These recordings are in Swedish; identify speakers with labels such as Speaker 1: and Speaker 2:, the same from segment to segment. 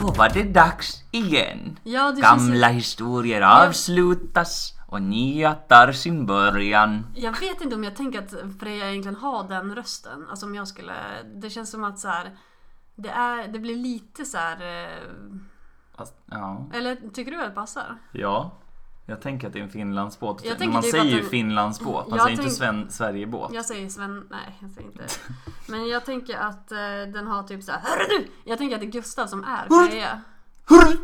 Speaker 1: Då var det dags igen.
Speaker 2: Ja, det
Speaker 1: Gamla
Speaker 2: känns
Speaker 1: historier avslutas och nya tar sin början.
Speaker 2: Jag vet inte om jag tänker att Freja egentligen har den rösten. Alltså om jag skulle... Det känns som att så här, det, är, det blir lite så här... eh,
Speaker 1: Fast, ja.
Speaker 2: Eller tycker du att det passar?
Speaker 1: ja. Jag tänker att det är en Finlandsbåt.
Speaker 2: Jag
Speaker 1: Men
Speaker 2: tänker
Speaker 1: man
Speaker 2: typ
Speaker 1: säger
Speaker 2: att
Speaker 1: ju
Speaker 2: den-
Speaker 1: Finlandsbåt, man
Speaker 2: Jag
Speaker 1: säger inte
Speaker 2: tänk-
Speaker 1: Sven... Sverigebåt.
Speaker 2: Jag säger Sven... Nej, jag säger inte Men jag tänker att eh, den har typ så här... Hörru du! Jag tänker att det är Gustav som är Freja.
Speaker 1: Hurra!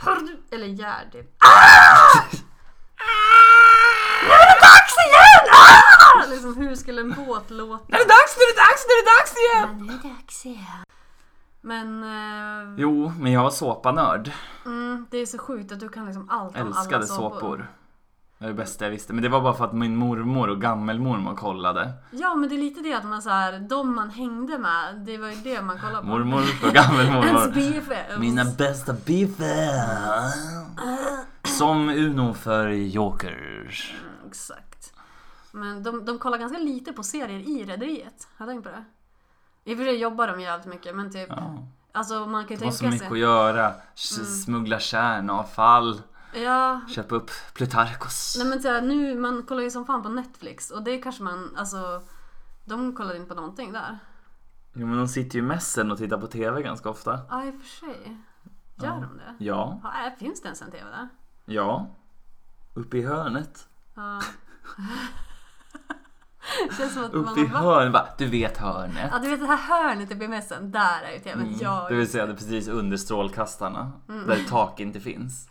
Speaker 2: Hörru du! Eller Gerd. Ah! Nu är det dags igen! Ah! Liksom hur skulle en båt låta?
Speaker 1: Nu är det dags, nu är det dags, nu är det dags igen!
Speaker 2: Men nu är det dags igen. Men... eh,
Speaker 1: Jo, men jag var såpanörd.
Speaker 2: Mm, det är så sjukt att du kan liksom allt om alla
Speaker 1: Älskade
Speaker 2: såpor.
Speaker 1: såpor. Det var det bästa jag visste. Men det var bara för att min mormor och gammelmormor kollade.
Speaker 2: Ja, men det är lite det att man så här, de man hängde med, det var ju det man kollade på.
Speaker 1: Mormor och
Speaker 2: Ens
Speaker 1: gammelmormor.
Speaker 2: BFFs.
Speaker 1: Mina bästa biffar.
Speaker 2: Ah.
Speaker 1: Som Uno för Joker.
Speaker 2: Mm, Exakt. Men de, de kollar ganska lite på serier i Rederiet. Har du tänkt på det? I och för sig jobbar de ju jävligt mycket, men typ...
Speaker 1: Ja.
Speaker 2: Alltså Mm. man kan ju
Speaker 1: Det var så
Speaker 2: tänka
Speaker 1: mycket att
Speaker 2: sig...
Speaker 1: göra. S- Smuggla kärnavfall.
Speaker 2: Ja,
Speaker 1: Köpa upp Plutarkos.
Speaker 2: Nej men såhär, nu, man kollar ju som fan på Netflix och det kanske man, alltså de kollar inte på någonting där.
Speaker 1: Jo men de sitter ju i mässen och tittar på TV ganska ofta.
Speaker 2: Ja i och för sig. Gör de det?
Speaker 1: Ja.
Speaker 2: Ja, äh, finns det ens en TV där?
Speaker 1: Ja. Uppe i hörnet.
Speaker 2: Ja. Känns som att man
Speaker 1: Uppe i
Speaker 2: har varit...
Speaker 1: hörnet. Va? Du vet hörnet.
Speaker 2: Ja du vet det här hörnet i BMSen, där är ju TVn. Alltså, Ja, Mm.
Speaker 1: Det vill säga det är precis under strålkastarna. Där tak inte finns.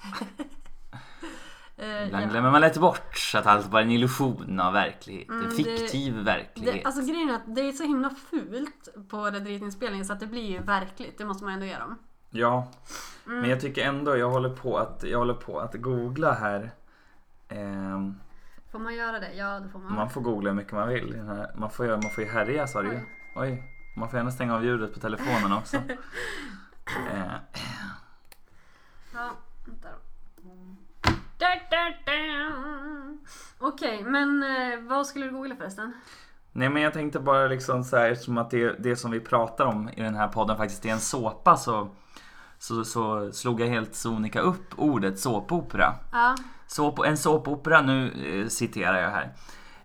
Speaker 2: eh,
Speaker 1: Ibland
Speaker 2: ja.
Speaker 1: glömmer man lätt bort att allt bara är en illusion av verklighet. en
Speaker 2: Mm, det-
Speaker 1: fiktiv verklighet.
Speaker 2: Det, alltså grejen är att det är så himla fult på Rederiet-inspelningen så att det blir ju verkligt, det måste man ändå ge dem.
Speaker 1: Ja. Men jag tycker ändå, jag håller på att, jag håller på att googla här. Ehm,
Speaker 2: Får man göra det? Ja det får man.
Speaker 1: man får googla hur mycket man vill. i den här- Man får, göra- man får ju härja sa du ju. Oj. Man får gärna stänga av ljudet på telefonen också. Eh,
Speaker 2: Ja, vänta då. Da, da, da. Okej, men eh, vad skulle du googla förresten?
Speaker 1: Nej men jag tänkte bara liksom så här eftersom att det, det som vi pratar om i den här podden faktiskt är en såpa så, så, så slog jag helt sonika upp ordet såpopera.
Speaker 2: Ja,
Speaker 1: Såp, en såpopera, nu eh, citerar jag här.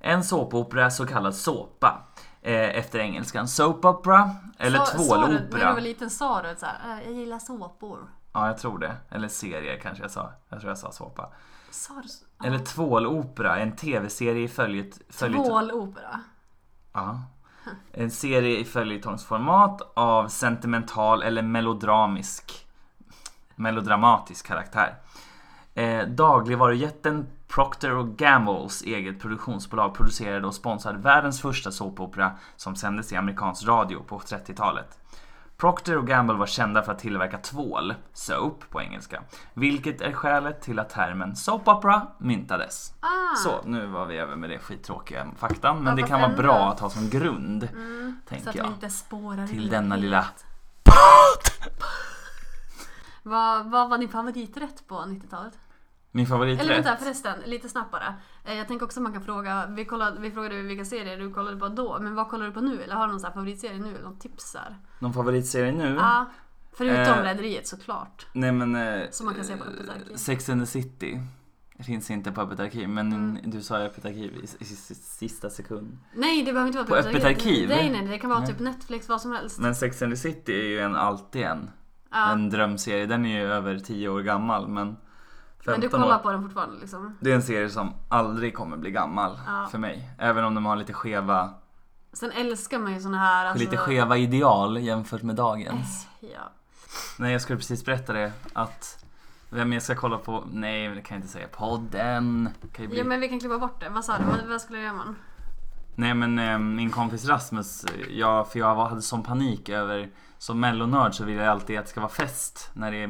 Speaker 1: En såpopera, så kallad såpa. Eh, efter engelskan soap opera eller
Speaker 2: sa- sa du- När du
Speaker 1: tvålopera.
Speaker 2: var liten sa du så här, "Eh, jag gillar såpor.
Speaker 1: Ja, jag tror det. Eller serie kanske jag sa. Jag tror jag sa såpa.
Speaker 2: Sa du så?
Speaker 1: Eller tvålopera, en tv-serie i följet... följet
Speaker 2: Tvålopera.
Speaker 1: Ja. En serie i följetongsformat av sentimental eller melodramisk melodramatisk karaktär. Eh, dagligvarujätten Procter Gamble's eget produktionsbolag producerade och sponsrade världens första såpopera som sändes i amerikansk radio på 30-talet. Procter Gamble var kända för att tillverka tvål, soap på engelska, vilket är skälet till att termen soap opera myntades.
Speaker 2: Ah,
Speaker 1: Så, nu var vi över med det skittråkiga faktan, men
Speaker 2: Ja,
Speaker 1: det
Speaker 2: fast
Speaker 1: kan vara
Speaker 2: ändå.
Speaker 1: bra att ha som grund,
Speaker 2: Mm, så
Speaker 1: tänker
Speaker 2: att vi
Speaker 1: jag.
Speaker 2: inte spårar
Speaker 1: Till
Speaker 2: ur
Speaker 1: denna
Speaker 2: helt.
Speaker 1: lilla...
Speaker 2: Vad, vad var din favoriträtt på 90-talet?
Speaker 1: Min
Speaker 2: Eller
Speaker 1: favoriträtt.
Speaker 2: vänta förresten, lite snabbare. Eh, Jag tänker också man kan fråga, vi, kollade, vi frågade ju vilka serier du kollade på då, men vad kollar du på nu? Eller har du någon så här favoritserie nu? Eller någon tips där?
Speaker 1: Någon favoritserie nu?
Speaker 2: Ja, förutom
Speaker 1: Mm. Eh,
Speaker 2: Rederiet såklart.
Speaker 1: Nej men... Eh,
Speaker 2: Som man kan se på Öppet arkiv.
Speaker 1: Sex and the City. Det finns inte på Öppet arkiv, men
Speaker 2: Mm.
Speaker 1: du sa Öppet arkiv i, i, i sista sekund.
Speaker 2: Nej, det behöver inte vara
Speaker 1: På Öppet arkiv?
Speaker 2: Nej, nej, det kan vara
Speaker 1: Nej.
Speaker 2: typ Netflix, vad som helst.
Speaker 1: Men Sex and the City är ju en alltid en,
Speaker 2: Ja,
Speaker 1: en drömserie. Den är ju över 10 år gammal, men... 15
Speaker 2: men du kollar
Speaker 1: år.
Speaker 2: på den fortfarande liksom?
Speaker 1: Det är en serie som aldrig kommer bli gammal
Speaker 2: Ja. Alltså-
Speaker 1: för mig. Även om de har lite skeva,
Speaker 2: Sen älskar man ju såna här... Alltså,
Speaker 1: lite skeva ideal jämfört med dagens.
Speaker 2: Ja.
Speaker 1: Nej, jag skulle precis berätta det att vem jag ska kolla på, nej men det kan jag inte säga, podden. Kan ju bli...
Speaker 2: ja, men vi kan klippa bort det. Vad sa du? Vad, vad skulle du göra man?
Speaker 1: Nej men eh, min kompis Rasmus, eh, jag, för jag var, hade sån panik över, som mellonörd så vill jag alltid att det ska vara fest när det är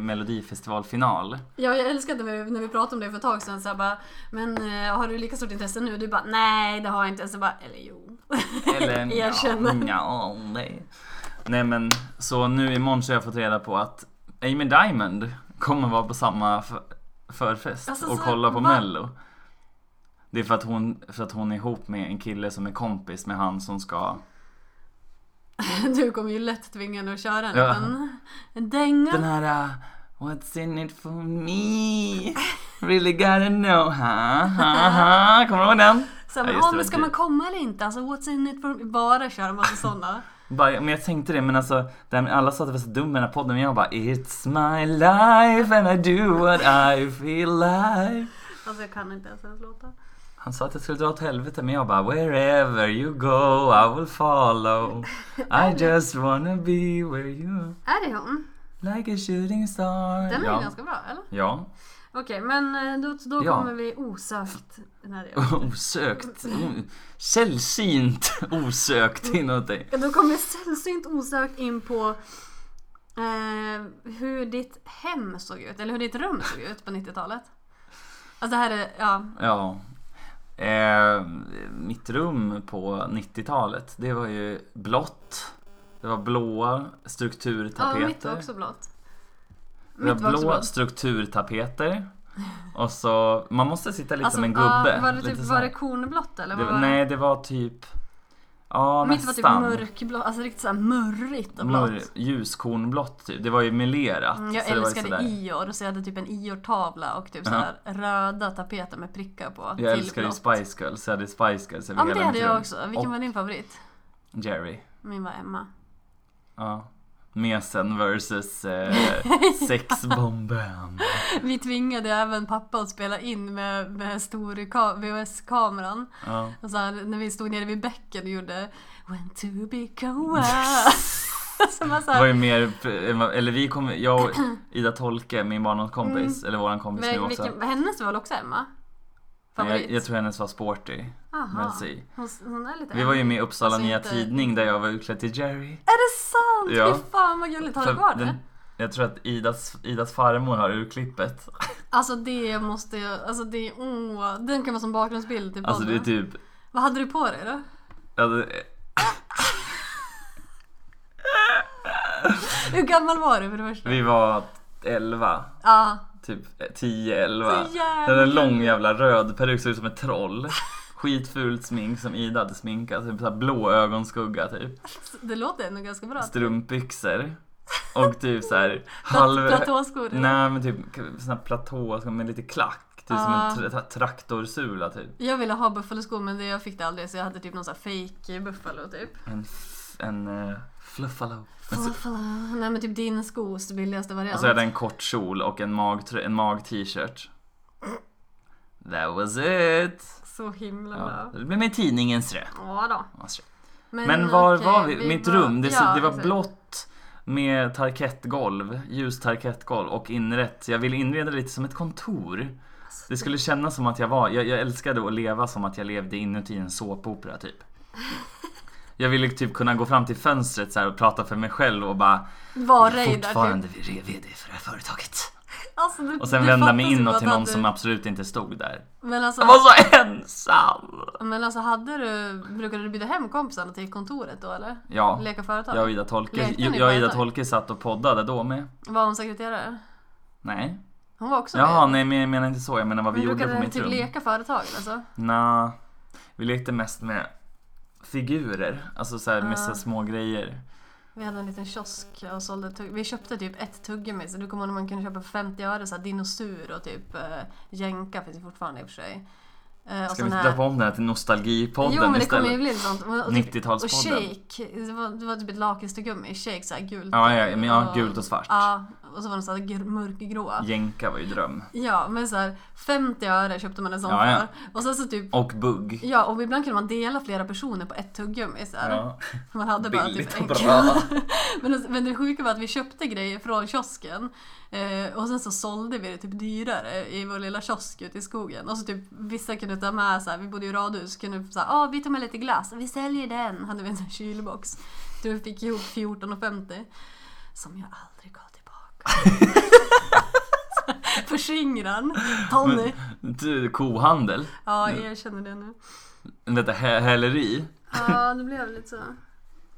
Speaker 1: melodifestivalfinal.
Speaker 2: Ja, jag älskade när vi, när vi pratade om det för ett tag sedan. Så jag bara, men eh, har du lika stort intresse nu? Du bara, nej det har jag inte. Så jag bara, eller jo.
Speaker 1: Eller
Speaker 2: Erkänner.
Speaker 1: nja, nja, nej. Nej men så nu imorgon så har jag fått reda på att Amy Diamond kommer vara på samma f- förfest
Speaker 2: Alltså,
Speaker 1: och
Speaker 2: så-
Speaker 1: kolla på
Speaker 2: va?
Speaker 1: mello. Det är för att, hon, för att hon är ihop med en kille som är kompis med han som ska...
Speaker 2: Du kommer ju lätt tvinga henne att köra en
Speaker 1: Mm. Ja.
Speaker 2: liten dänga.
Speaker 1: Den här äh, What's in it for me? Really gotta know, ha, ha, ha. Kommer du ihåg den?
Speaker 2: Så här,
Speaker 1: Ja,
Speaker 2: men,
Speaker 1: just det,
Speaker 2: ah, men
Speaker 1: men
Speaker 2: ska
Speaker 1: du-
Speaker 2: man komma eller inte? Alltså what's in it for Bara köra en massa sådana.
Speaker 1: Bara, men jag tänkte det, men alltså den, alla sa att det var så dumt med den här podden, men jag bara It's my life and I do what I feel like
Speaker 2: Alltså jag kan inte ens ens låta.
Speaker 1: Han sa att jag skulle dra åt helvete, men jag bara Wherever you go I will follow I just wanna be where you are
Speaker 2: Är det hon?
Speaker 1: Like a shooting star
Speaker 2: Den är ju
Speaker 1: ja.
Speaker 2: ganska bra, eller?
Speaker 1: ja,
Speaker 2: Okej, men eh, då, då
Speaker 1: Ja.
Speaker 2: kommer vi osökt när det gäller.
Speaker 1: osökt O- Sällsynt osökt inuti
Speaker 2: Då kommer vi sällsynt osökt in på eh, hur ditt hem såg ut, eller hur ditt rum såg ut på 90-talet. Alltså det här är, ja,
Speaker 1: Ja. Eh, mitt rum på 90-talet, det var ju blått. Det var blåa
Speaker 2: ja mitt
Speaker 1: strukturtapeter.
Speaker 2: var också blått.
Speaker 1: det var
Speaker 2: Mitt
Speaker 1: blå
Speaker 2: var också blått.
Speaker 1: strukturtapeter. Och så, man måste sitta lite som en
Speaker 2: Alltså, ja,
Speaker 1: gubbe.
Speaker 2: var det,
Speaker 1: lite
Speaker 2: typ,
Speaker 1: så
Speaker 2: var
Speaker 1: här.
Speaker 2: det kornblått eller?
Speaker 1: Det
Speaker 2: Vad
Speaker 1: var-
Speaker 2: var, det?
Speaker 1: Nej, det var typ... Ja,
Speaker 2: mitt var typ
Speaker 1: nästan.
Speaker 2: mörkblått, alltså riktigt såhär murrigt och blått.
Speaker 1: Mör- ljuskornblått typ. Det var ju melerat.
Speaker 2: Mm, Jag
Speaker 1: så det var ju
Speaker 2: älskade
Speaker 1: sådär.
Speaker 2: Ior, så jag hade typ en Ior-tavla och typ såhär röda tapeter med prickar på.
Speaker 1: Jag älskade ju Spice Girls. Jag hade Spice Girls över
Speaker 2: Ja men
Speaker 1: hela mitt
Speaker 2: det hade jag
Speaker 1: rum.
Speaker 2: också. Vilken
Speaker 1: Och-
Speaker 2: var din favorit?
Speaker 1: Jerry.
Speaker 2: Min var Emma.
Speaker 1: Ja. Mesen versus eh, sexbomben.
Speaker 2: Vi tvingade även pappa att spela in med, med stor ka- VHS-kameran.
Speaker 1: Ja.
Speaker 2: Och så här, när vi stod nere vid bäcken och gjorde When to become one. så man så
Speaker 1: Det var
Speaker 2: här,
Speaker 1: ju mer, eller vi kom, jag och Ida Tolke, min barndomskompis, eller våran kompis nu
Speaker 2: Mm. men,
Speaker 1: också.
Speaker 2: vilken, hennes var väl också Emma?
Speaker 1: Men jag,
Speaker 2: Favorit?
Speaker 1: jag tror hennes var Sporty.
Speaker 2: Aha.
Speaker 1: Men si.
Speaker 2: Hon, hon är lite
Speaker 1: Vi var ju med i Uppsala
Speaker 2: Alltså
Speaker 1: Nya
Speaker 2: inte-
Speaker 1: Tidning där jag var utklädd till Jerry.
Speaker 2: Är det sant?
Speaker 1: Ja.
Speaker 2: Fy fan vad gulligt. Har du
Speaker 1: För
Speaker 2: kvar det?
Speaker 1: den- Jag tror att Idas, Idas farmor har urklippet.
Speaker 2: Alltså det måste jag, alltså det, åh. Den kan vara som bakgrundsbild till
Speaker 1: Alltså det är
Speaker 2: podden.
Speaker 1: typ...
Speaker 2: Vad hade du på dig då?
Speaker 1: Alltså,
Speaker 2: Hur gammal var du för det första?
Speaker 1: vi var 11,
Speaker 2: Ja.
Speaker 1: typ 10-11.
Speaker 2: Så jävla
Speaker 1: Den där lång jävla röd peruk såg ut som ett troll. Skitfult smink som Ida hade sminkat. Typ så här blå ögonskugga typ.
Speaker 2: Det låter ändå ganska bra.
Speaker 1: Strumpbyxor. Och typ så här halv...
Speaker 2: Plat- Platåskor.
Speaker 1: Nej men typ sån här platå med lite klack. Typ som
Speaker 2: Ah.
Speaker 1: en tra- tra- traktorsula typ.
Speaker 2: Jag ville ha buffaloskor men det, jag fick det aldrig så jag hade typ någon sån här fake buffalo typ.
Speaker 1: En, f- en uh, fluffalo. Men så-
Speaker 2: Buffalo. Nej men typ din skos billigaste variant.
Speaker 1: Och så hade jag en kort kjol och en mag en mag t-shirt. That was it!
Speaker 2: Så himla
Speaker 1: Ja.
Speaker 2: bra.
Speaker 1: Det blev med tidningens rö.
Speaker 2: Ja då.
Speaker 1: Men var
Speaker 2: Mm, okej,
Speaker 1: var vi? Mitt
Speaker 2: var-
Speaker 1: rum, det, så-
Speaker 2: ja,
Speaker 1: det var
Speaker 2: exakt.
Speaker 1: blått med parkettgolv, ljust parkettgolv och inrätt. Jag ville inreda lite som ett kontor.
Speaker 2: Alltså,
Speaker 1: Det skulle kännas som att jag var, jag, jag älskade att leva som att jag levde inuti en såpopera typ. Jag ville typ kunna gå fram till fönstret så här och prata för mig själv och bara
Speaker 2: Var
Speaker 1: "Jag är
Speaker 2: Reidar typ.
Speaker 1: fortfarande VD för det här företaget.
Speaker 2: Alltså, det,
Speaker 1: Och sen
Speaker 2: det
Speaker 1: vända
Speaker 2: fattas
Speaker 1: mig
Speaker 2: ju
Speaker 1: inåt
Speaker 2: bara
Speaker 1: till
Speaker 2: att
Speaker 1: någon
Speaker 2: du-
Speaker 1: som absolut inte stod där.
Speaker 2: Men alltså,
Speaker 1: Jag var så ensam!
Speaker 2: men alltså hade du, brukade du bjuda hem kompisarna till kontoret då eller?
Speaker 1: Ja,
Speaker 2: Leka företag?
Speaker 1: jag och Ida Tolke,
Speaker 2: Lekte ni
Speaker 1: jag och Ida
Speaker 2: företag?
Speaker 1: Tolke satt och poddade då med.
Speaker 2: Var hon sekreterare?
Speaker 1: Nej.
Speaker 2: Hon var också
Speaker 1: Jaha,
Speaker 2: det.
Speaker 1: nej men jag menar inte så. Jag menar vad vi
Speaker 2: Men
Speaker 1: gjorde
Speaker 2: brukade
Speaker 1: på
Speaker 2: ni
Speaker 1: mitt
Speaker 2: typ
Speaker 1: rum.
Speaker 2: leka företag alltså?
Speaker 1: Nja, vi lekte mest med figurer. Alltså så här, med
Speaker 2: Ah.
Speaker 1: så här små grejer.
Speaker 2: Vi hade en liten kiosk och sålde tugg- Vi köpte typ ett tuggummi. Så du kommer ihåg när man kunde köpa för 50 öre så här dinosaur och typ eh, jänka finns det fortfarande i och för sig. Eh, och
Speaker 1: Ska vi
Speaker 2: sån här-
Speaker 1: döpa om den här till
Speaker 2: Jo
Speaker 1: Nostalgipodden
Speaker 2: men det kommer ju
Speaker 1: istället?
Speaker 2: bli sånt. Och, och, typ, och
Speaker 1: 90-talspodden.
Speaker 2: shake. Det var, det var typ ett lakritstuggummi. Shake såhär gult.
Speaker 1: Ja, ja, men ja, gult och svart.
Speaker 2: Ja, och så var de såhär gr- mörkgråa.
Speaker 1: Jänka var ju dröm.
Speaker 2: Ja, men såhär 50 öre köpte man en sån
Speaker 1: Ja, ja.
Speaker 2: för. Och sen så typ
Speaker 1: Och bugg.
Speaker 2: Ja, och ibland kunde man dela flera personer på ett tuggummi. Så här.
Speaker 1: Ja.
Speaker 2: Man hade bara
Speaker 1: Billigt
Speaker 2: typ
Speaker 1: och
Speaker 2: en
Speaker 1: bra.
Speaker 2: men, men det sjuka var att vi köpte grejer från kiosken eh, och sen så sålde vi det typ dyrare i vår lilla kiosk ute i skogen. Och så typ vissa kunde ta med, så här, vi bodde i radhus, kunde säga ah vi tar med lite glass, vi säljer den. Hade vi en sån här kylbox. Då vi fick ihop 14,50 som jag aldrig gav tillbaka. Förskingran, Tony.
Speaker 1: Du, kohandel.
Speaker 2: Ja, jag känner det nu.
Speaker 1: Vänta, hä- häleri.
Speaker 2: Ja, det blev lite så.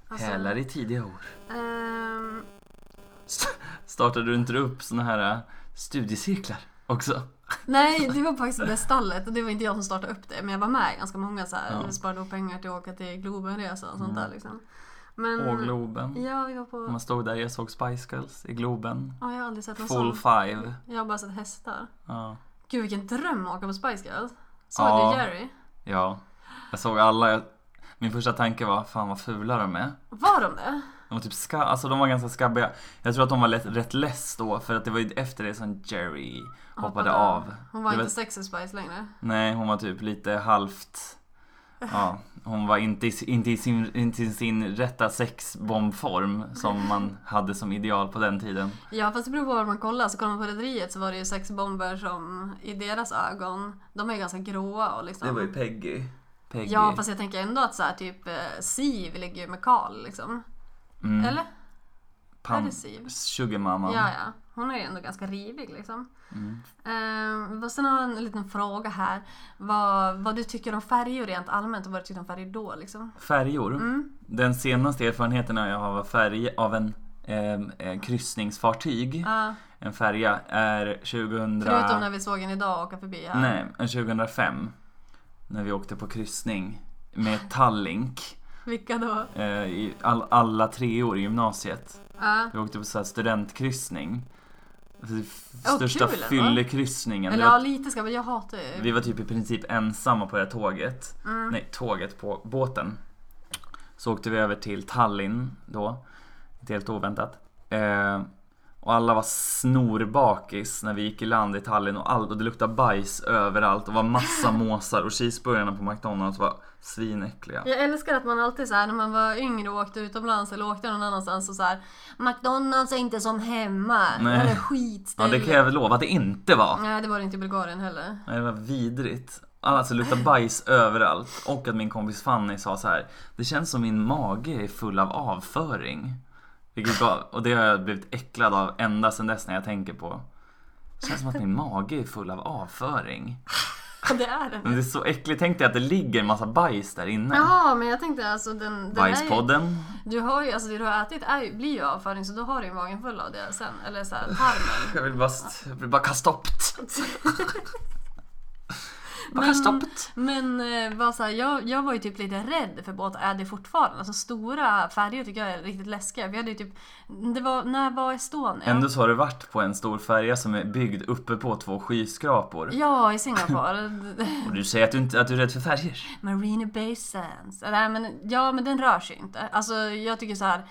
Speaker 2: Alltså,
Speaker 1: Hälar i tidiga år.
Speaker 2: ehm,
Speaker 1: St- Startade du inte upp såna här äh, studiecirklar också?
Speaker 2: nej, det var faktiskt det stallet och det var inte jag som startade upp det men jag var med i ganska många så här,
Speaker 1: Ja.
Speaker 2: sparade ihop pengar till att åka till Globenresa och sånt där liksom. Men,
Speaker 1: Och Globen.
Speaker 2: Ja, vi var på...
Speaker 1: Man stod där, jag såg Spice Girls i Globen.
Speaker 2: Ja, jag har aldrig sett någon
Speaker 1: Full
Speaker 2: sån.
Speaker 1: five.
Speaker 2: Jag har bara sett hästar.
Speaker 1: Ja.
Speaker 2: Gud vilken dröm att åka på Spice Girls. Såg
Speaker 1: Ja.
Speaker 2: du Jerry?
Speaker 1: ja. Jag såg alla. Jag... Min första tanke var, fan vad fula de är.
Speaker 2: Var de det?
Speaker 1: De var, typ ska... alltså, de var ganska skabbiga. Jag tror att de var lätt, rätt less då för att det var ju efter det som Jerry hoppade, av.
Speaker 2: Hon var
Speaker 1: Det var-
Speaker 2: inte sexy Spice längre.
Speaker 1: Nej, hon var typ lite halvt... Ja, hon var inte i, inte i, sin, inte i sin rätta sexbombform som man hade som ideal på den tiden.
Speaker 2: Ja fast det beror på var man kollar. Så kollar man på Rederiet så var det ju sex bomber som i deras ögon, de är ganska gråa och liksom.
Speaker 1: Peggy. Peggy.
Speaker 2: Ja fast jag tänker ändå att så här, typ eh, Siv ligger ju med Karl liksom.
Speaker 1: Mm.
Speaker 2: Eller?
Speaker 1: Pam-
Speaker 2: är det Siv?
Speaker 1: Sugar Mama.
Speaker 2: Ja ja. Hon är ju ändå ganska rivig liksom. Mm. och sen har jag en liten fråga här. Vad, vad du tycker om färger rent allmänt och vad du tyckte om färger då liksom.
Speaker 1: Färjor. Den senaste erfarenheten jag har av färg av en ehm, eh, kryssningsfartyg,
Speaker 2: Ja,
Speaker 1: en färja, är 2000...
Speaker 2: förutom när vi såg en idag åka förbi här.
Speaker 1: Nej, en 2005. När vi åkte på kryssning med Tallink.
Speaker 2: Vilka då?
Speaker 1: eh, i all, alla treor i gymnasiet.
Speaker 2: Ja.
Speaker 1: Vi åkte på så här studentkryssning. Alltså, f-
Speaker 2: Ja,
Speaker 1: Största
Speaker 2: kul ändå.
Speaker 1: fyllekryssningen. Vi
Speaker 2: Eller ja,
Speaker 1: var,
Speaker 2: lite ska men jag hatar ju.
Speaker 1: vi var typ i princip ensamma på det här tåget. Nej, tåget på båten. Så åkte vi över till Tallinn då. Inte Helt oväntat. Eh, och alla var snorbakis när vi gick i land i Tallinn och, all, och det luktade bajs överallt och var massa måsar och cheeseburgarna på McDonalds var svinäckliga.
Speaker 2: Jag älskar att man alltid så här, när man var yngre och åkte utomlands eller åkte någon annanstans och så här McDonalds är inte som hemma.
Speaker 1: Nej.
Speaker 2: Det är
Speaker 1: Ja,
Speaker 2: skitställe.
Speaker 1: det kan jag väl lova att det inte var.
Speaker 2: Nej, det var det inte i Bulgarien heller.
Speaker 1: Nej, det var vidrigt. Alltså det luktar bajs överallt. Och att min kompis Fanny sa så här. Det känns som min mage är full av avföring. Vilket gav, och det har jag blivit äcklad av ända sedan dess när jag tänker på. Det känns som att min mage är full av avföring.
Speaker 2: Ja, det är
Speaker 1: Men
Speaker 2: den.
Speaker 1: det är så äckligt. Tänk dig att det ligger en massa bajs där inne.
Speaker 2: Jaha, men jag tänkte alltså den, den är ju,
Speaker 1: Bajspodden.
Speaker 2: Du har ju, alltså det du har ätit är ju, blir ju avföring så då har du ju magen full av det sen. Eller så här, tarmen.
Speaker 1: Jag vill bara, st- jag vill bara kasta upp det. Bara kasta upp det.
Speaker 2: Men eh, var så här, jag, jag var ju typ lite rädd för båt är det fortfarande. Alltså stora färger tycker jag är riktigt läskiga. Vi hade ju typ, det var, när var Estonia?
Speaker 1: Ändå så har du varit på en stor färja som är byggd uppe på två skyskrapor.
Speaker 2: Ja, i Singapore.
Speaker 1: Och du säger att du, inte, att du är rädd för färger.
Speaker 2: Marina Bay Sands. Äh, Nej, men, ja, men den rör sig inte. Alltså, jag tycker så här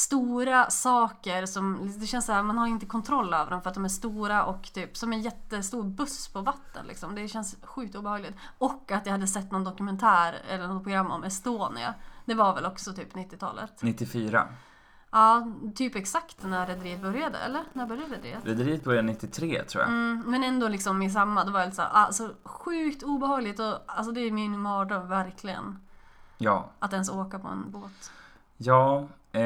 Speaker 2: stora saker som, det känns så här, man har inte kontroll över dem för att de är stora och typ som en jättestor buss på vatten liksom. Det känns sjukt obehagligt. Och att jag hade sett någon dokumentär eller något program om Estonia. Det var väl också typ 90-talet.
Speaker 1: 94.
Speaker 2: Ja, typ exakt när Rederiet började, eller? När började Rederiet?
Speaker 1: Rederiet började 93 tror jag.
Speaker 2: Mm, men ändå liksom i samma, då var jag lite såhär, alltså sjukt obehagligt och alltså det är min mardröm verkligen.
Speaker 1: Ja.
Speaker 2: Att ens åka på en båt.
Speaker 1: Ja, eh,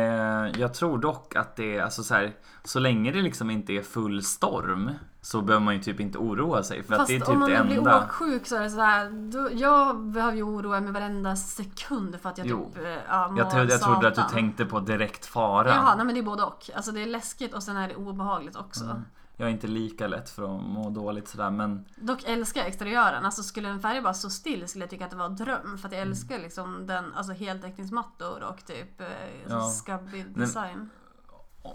Speaker 1: jag tror dock att det är alltså så här. Så länge det liksom inte är full storm så behöver man ju typ inte oroa sig för att
Speaker 2: Fast
Speaker 1: det är typ
Speaker 2: om man
Speaker 1: det
Speaker 2: blir
Speaker 1: enda.
Speaker 2: åksjuk så är det såhär, då, jag behöver ju oroa mig varenda sekund för att jag
Speaker 1: Jo.
Speaker 2: typ eh, ja, mår
Speaker 1: Jag, tro, jag trodde att du
Speaker 2: satan.
Speaker 1: tänkte på direkt fara.
Speaker 2: Jaha, nej men det är både och. Alltså det är läskigt och sen är det obehagligt också.
Speaker 1: Jag är inte lika lätt för att må dåligt sådär men
Speaker 2: Dock älskar jag exteriören. Alltså skulle en färg bara stå still skulle jag tycka att det var en dröm. För att jag
Speaker 1: Mm.
Speaker 2: älskar liksom den, alltså heltäckningsmattor och typ eh,
Speaker 1: Ja.
Speaker 2: skabbig design.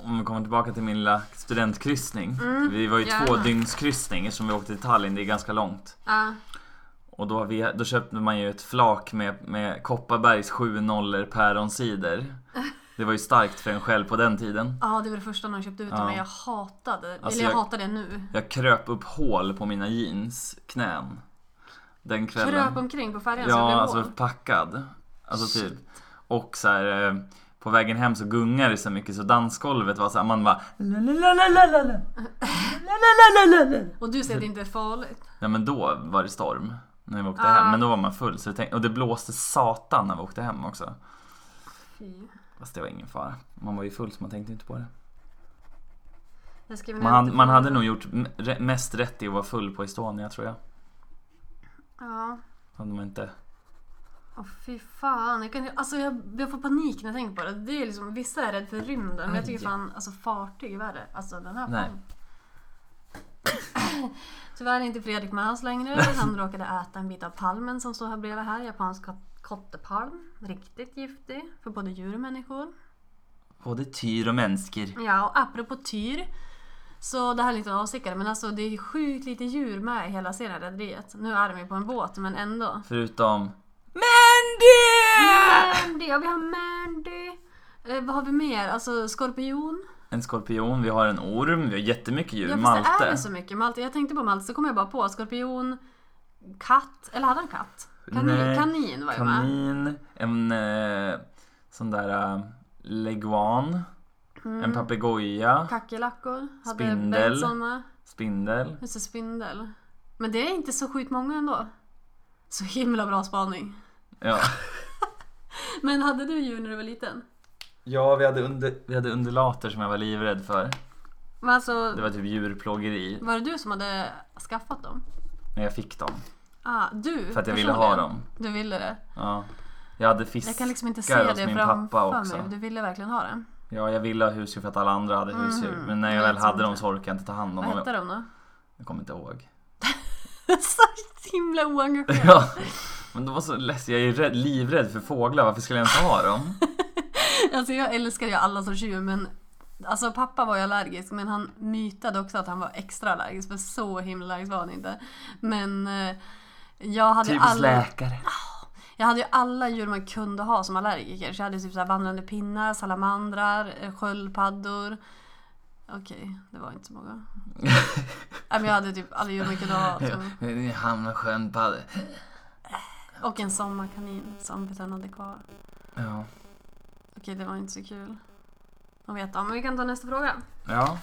Speaker 1: om vi kommer tillbaka till min lilla studentkryssning. Vi var ju
Speaker 2: Mm, gärna.
Speaker 1: två dygnskryssning eftersom vi åkte till Tallinn, det är ganska långt.
Speaker 2: Ja.
Speaker 1: Och då, har vi, då köpte man ju ett flak med, med Kopparbergs 7 nollor päronsider. Det var ju starkt för en själv på den tiden.
Speaker 2: Ja, ah, det var det första någon köpte ut av
Speaker 1: Ja.
Speaker 2: mig. Jag hatade,
Speaker 1: Alltså,
Speaker 2: eller jag,
Speaker 1: jag-
Speaker 2: hatar det nu.
Speaker 1: Jag kröp upp hål på mina jeans knän. Den kvällen.
Speaker 2: Kröp omkring på färjan så det
Speaker 1: Ja,
Speaker 2: blev
Speaker 1: alltså
Speaker 2: hål.
Speaker 1: packad. Alltså typ. Och så här, eh, på vägen hem så gungade det så mycket så dansgolvet var så här, man bara "Lalalalalalala." Lalalalalalala.
Speaker 2: Och du säger att det inte är farligt.
Speaker 1: Ja men då var det storm. När vi åkte
Speaker 2: Ah.
Speaker 1: hem, men då var man full. Så jag tänkte, och det blåste satan när vi åkte hem också.
Speaker 2: Fy.
Speaker 1: Fast det var ingen fara. Man var ju full så man tänkte inte på det.
Speaker 2: Jag skrev ner
Speaker 1: Man,
Speaker 2: lite
Speaker 1: man hade
Speaker 2: frågor.
Speaker 1: nog gjort m- re- mest rätt i att vara full på Estonia tror jag.
Speaker 2: Ja.
Speaker 1: Hade man inte...
Speaker 2: Åh fy fan. Jag, kan, ju- alltså jag, jag får panik när jag tänker på det. det är liksom, vissa är rädda för rymden men jag tycker
Speaker 1: Aj.
Speaker 2: fan alltså, fartyg är värre. Alltså den här
Speaker 1: Nej.
Speaker 2: fan. Tyvärr är inte Fredrik med oss längre. Han råkade äta en bit av palmen som står här bredvid här. Japansk Kottepalm, riktigt giftig för både djur och människor.
Speaker 1: Både tyr och mänskor.
Speaker 2: Ja, och apropå tyr. Så det här är lite avstickare, men alltså det är sjukt lite djur med i hela serien Rederiet. Nu är de ju på en båt, men ändå.
Speaker 1: Förutom... Mandy!
Speaker 2: Mandy! Ja, vi har Mandy. Eh, vad har vi mer? Alltså skorpion.
Speaker 1: En skorpion, vi har en orm, vi har jättemycket djur.
Speaker 2: Ja, fast det är
Speaker 1: Malte.
Speaker 2: ju så mycket. Malte, jag tänkte på Malte så kom jag bara på skorpion, katt. Eller hade han katt? Kanin,
Speaker 1: Nej,
Speaker 2: kanin var ju med.
Speaker 1: Kanin, en eh, sån där eh, leguan,
Speaker 2: Mm.
Speaker 1: en papegoja,
Speaker 2: Kackerlackor. Hade
Speaker 1: Spindel.
Speaker 2: Bengtsson med.
Speaker 1: spindel.
Speaker 2: Just det, spindel. Men det är inte så sjukt många ändå. Så himla bra spaning.
Speaker 1: Ja.
Speaker 2: Men hade du djur när du var liten?
Speaker 1: Ja, vi hade, under, vi hade undulater som jag var livrädd för.
Speaker 2: Men alltså,
Speaker 1: Det var typ djurplågeri
Speaker 2: var det du som hade skaffat dem?
Speaker 1: när jag fick dem.
Speaker 2: Ah, du
Speaker 1: För att jag ville ha
Speaker 2: personligen.
Speaker 1: dem.
Speaker 2: Du ville det?
Speaker 1: Ja. Jag hade fiskar
Speaker 2: Jag kan liksom inte se
Speaker 1: hos
Speaker 2: det
Speaker 1: min pappa
Speaker 2: framför
Speaker 1: också.
Speaker 2: mig. Du ville verkligen ha det.
Speaker 1: Ja, jag ville ha husdjur för att alla andra hade husdjur.
Speaker 2: Mhm.
Speaker 1: Men när jag
Speaker 2: Jag
Speaker 1: väl
Speaker 2: tror
Speaker 1: hade dem
Speaker 2: inte.
Speaker 1: så orkade jag inte ta hand om
Speaker 2: Vad
Speaker 1: dem.
Speaker 2: hette de då?
Speaker 1: Jag kommer inte ihåg.
Speaker 2: så himla oengagerad.
Speaker 1: Ja. Men de var så läskiga. Jag är rädd, livrädd för fåglar. Varför skulle jag ens ha dem?
Speaker 2: Alltså jag älskar ju alla sorts djur men Alltså pappa var ju allergisk men han mytade också att han var extra allergisk för så himla allergisk var han inte. Men eh, jag hade, ju
Speaker 1: Typiskt
Speaker 2: alla,
Speaker 1: läkare.
Speaker 2: jag hade ju alla djur man kunde ha som allergiker. Så jag hade ju typ så här vandrande pinnar, salamandrar, eh, sköldpaddor. Okej, det var inte så många. Nej, men jag hade typ alla djur man kunde ha. Som,
Speaker 1: Jag hamnar sköldpaddor.
Speaker 2: och en sommarkanin som Petan hade kvar.
Speaker 1: Ja.
Speaker 2: Okej, det var inte så kul att veta. Men vi kan ta nästa fråga.
Speaker 1: ja.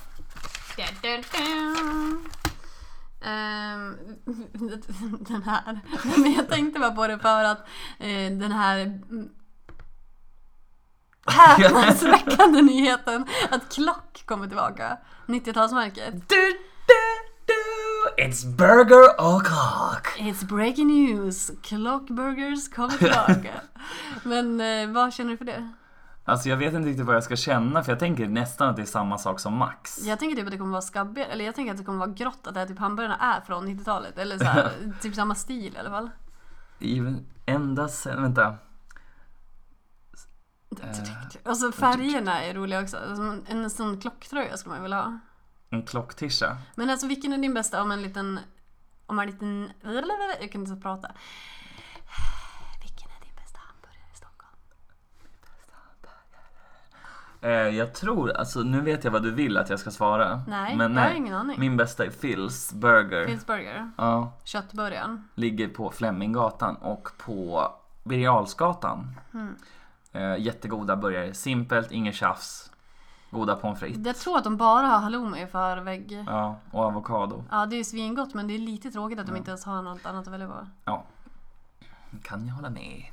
Speaker 2: Ehm, den här. Men jag tänkte bara på det för att eh, den här mm, häpnadsväckande nyheten att Klock kommer tillbaka. 90-talsmärket.
Speaker 1: Du, du, du. It's burger or cock.
Speaker 2: It's breaking news! Clockburgers kommer tillbaka. Men eh, vad känner du för det?
Speaker 1: Alltså jag vet inte riktigt vad jag ska känna för jag tänker nästan att det är samma sak som Max.
Speaker 2: Jag tänker typ att det kommer vara skabbigare, eller jag tänker att det kommer vara grått att det här typ hamburgarna är från 90-talet. Eller så här, typ samma stil i alla fall.
Speaker 1: Even, ända sen, vänta. Eh,
Speaker 2: Och så färgerna är roliga också. Alltså, En sån klocktröja skulle man vilja ha.
Speaker 1: en klocktisha.
Speaker 2: Men alltså vilken är din bästa om en liten... Om en liten... Jag kan inte så prata. Vilken är din bästa hamburgare i Stockholm?
Speaker 1: Eh, jag tror, alltså nu vet jag vad du vill att jag ska svara.
Speaker 2: Nej,
Speaker 1: Men
Speaker 2: jag har ingen aning.
Speaker 1: Min bästa är Phil's Burger.
Speaker 2: Phil's Burger.
Speaker 1: Ja,
Speaker 2: Köttburgaren.
Speaker 1: ligger på Fleminggatan och på Birger Jarlsgatan.
Speaker 2: Mm.
Speaker 1: Eh, jättegoda burgare, simpelt, inget tjafs. Goda pommes frites.
Speaker 2: Jag tror att de bara har halloumi för vägg...
Speaker 1: Ja, och avokado.
Speaker 2: Ja, det är ju svingott men det är lite tråkigt att de inte ens har något annat att välja på.
Speaker 1: Ja. Kan jag hålla med.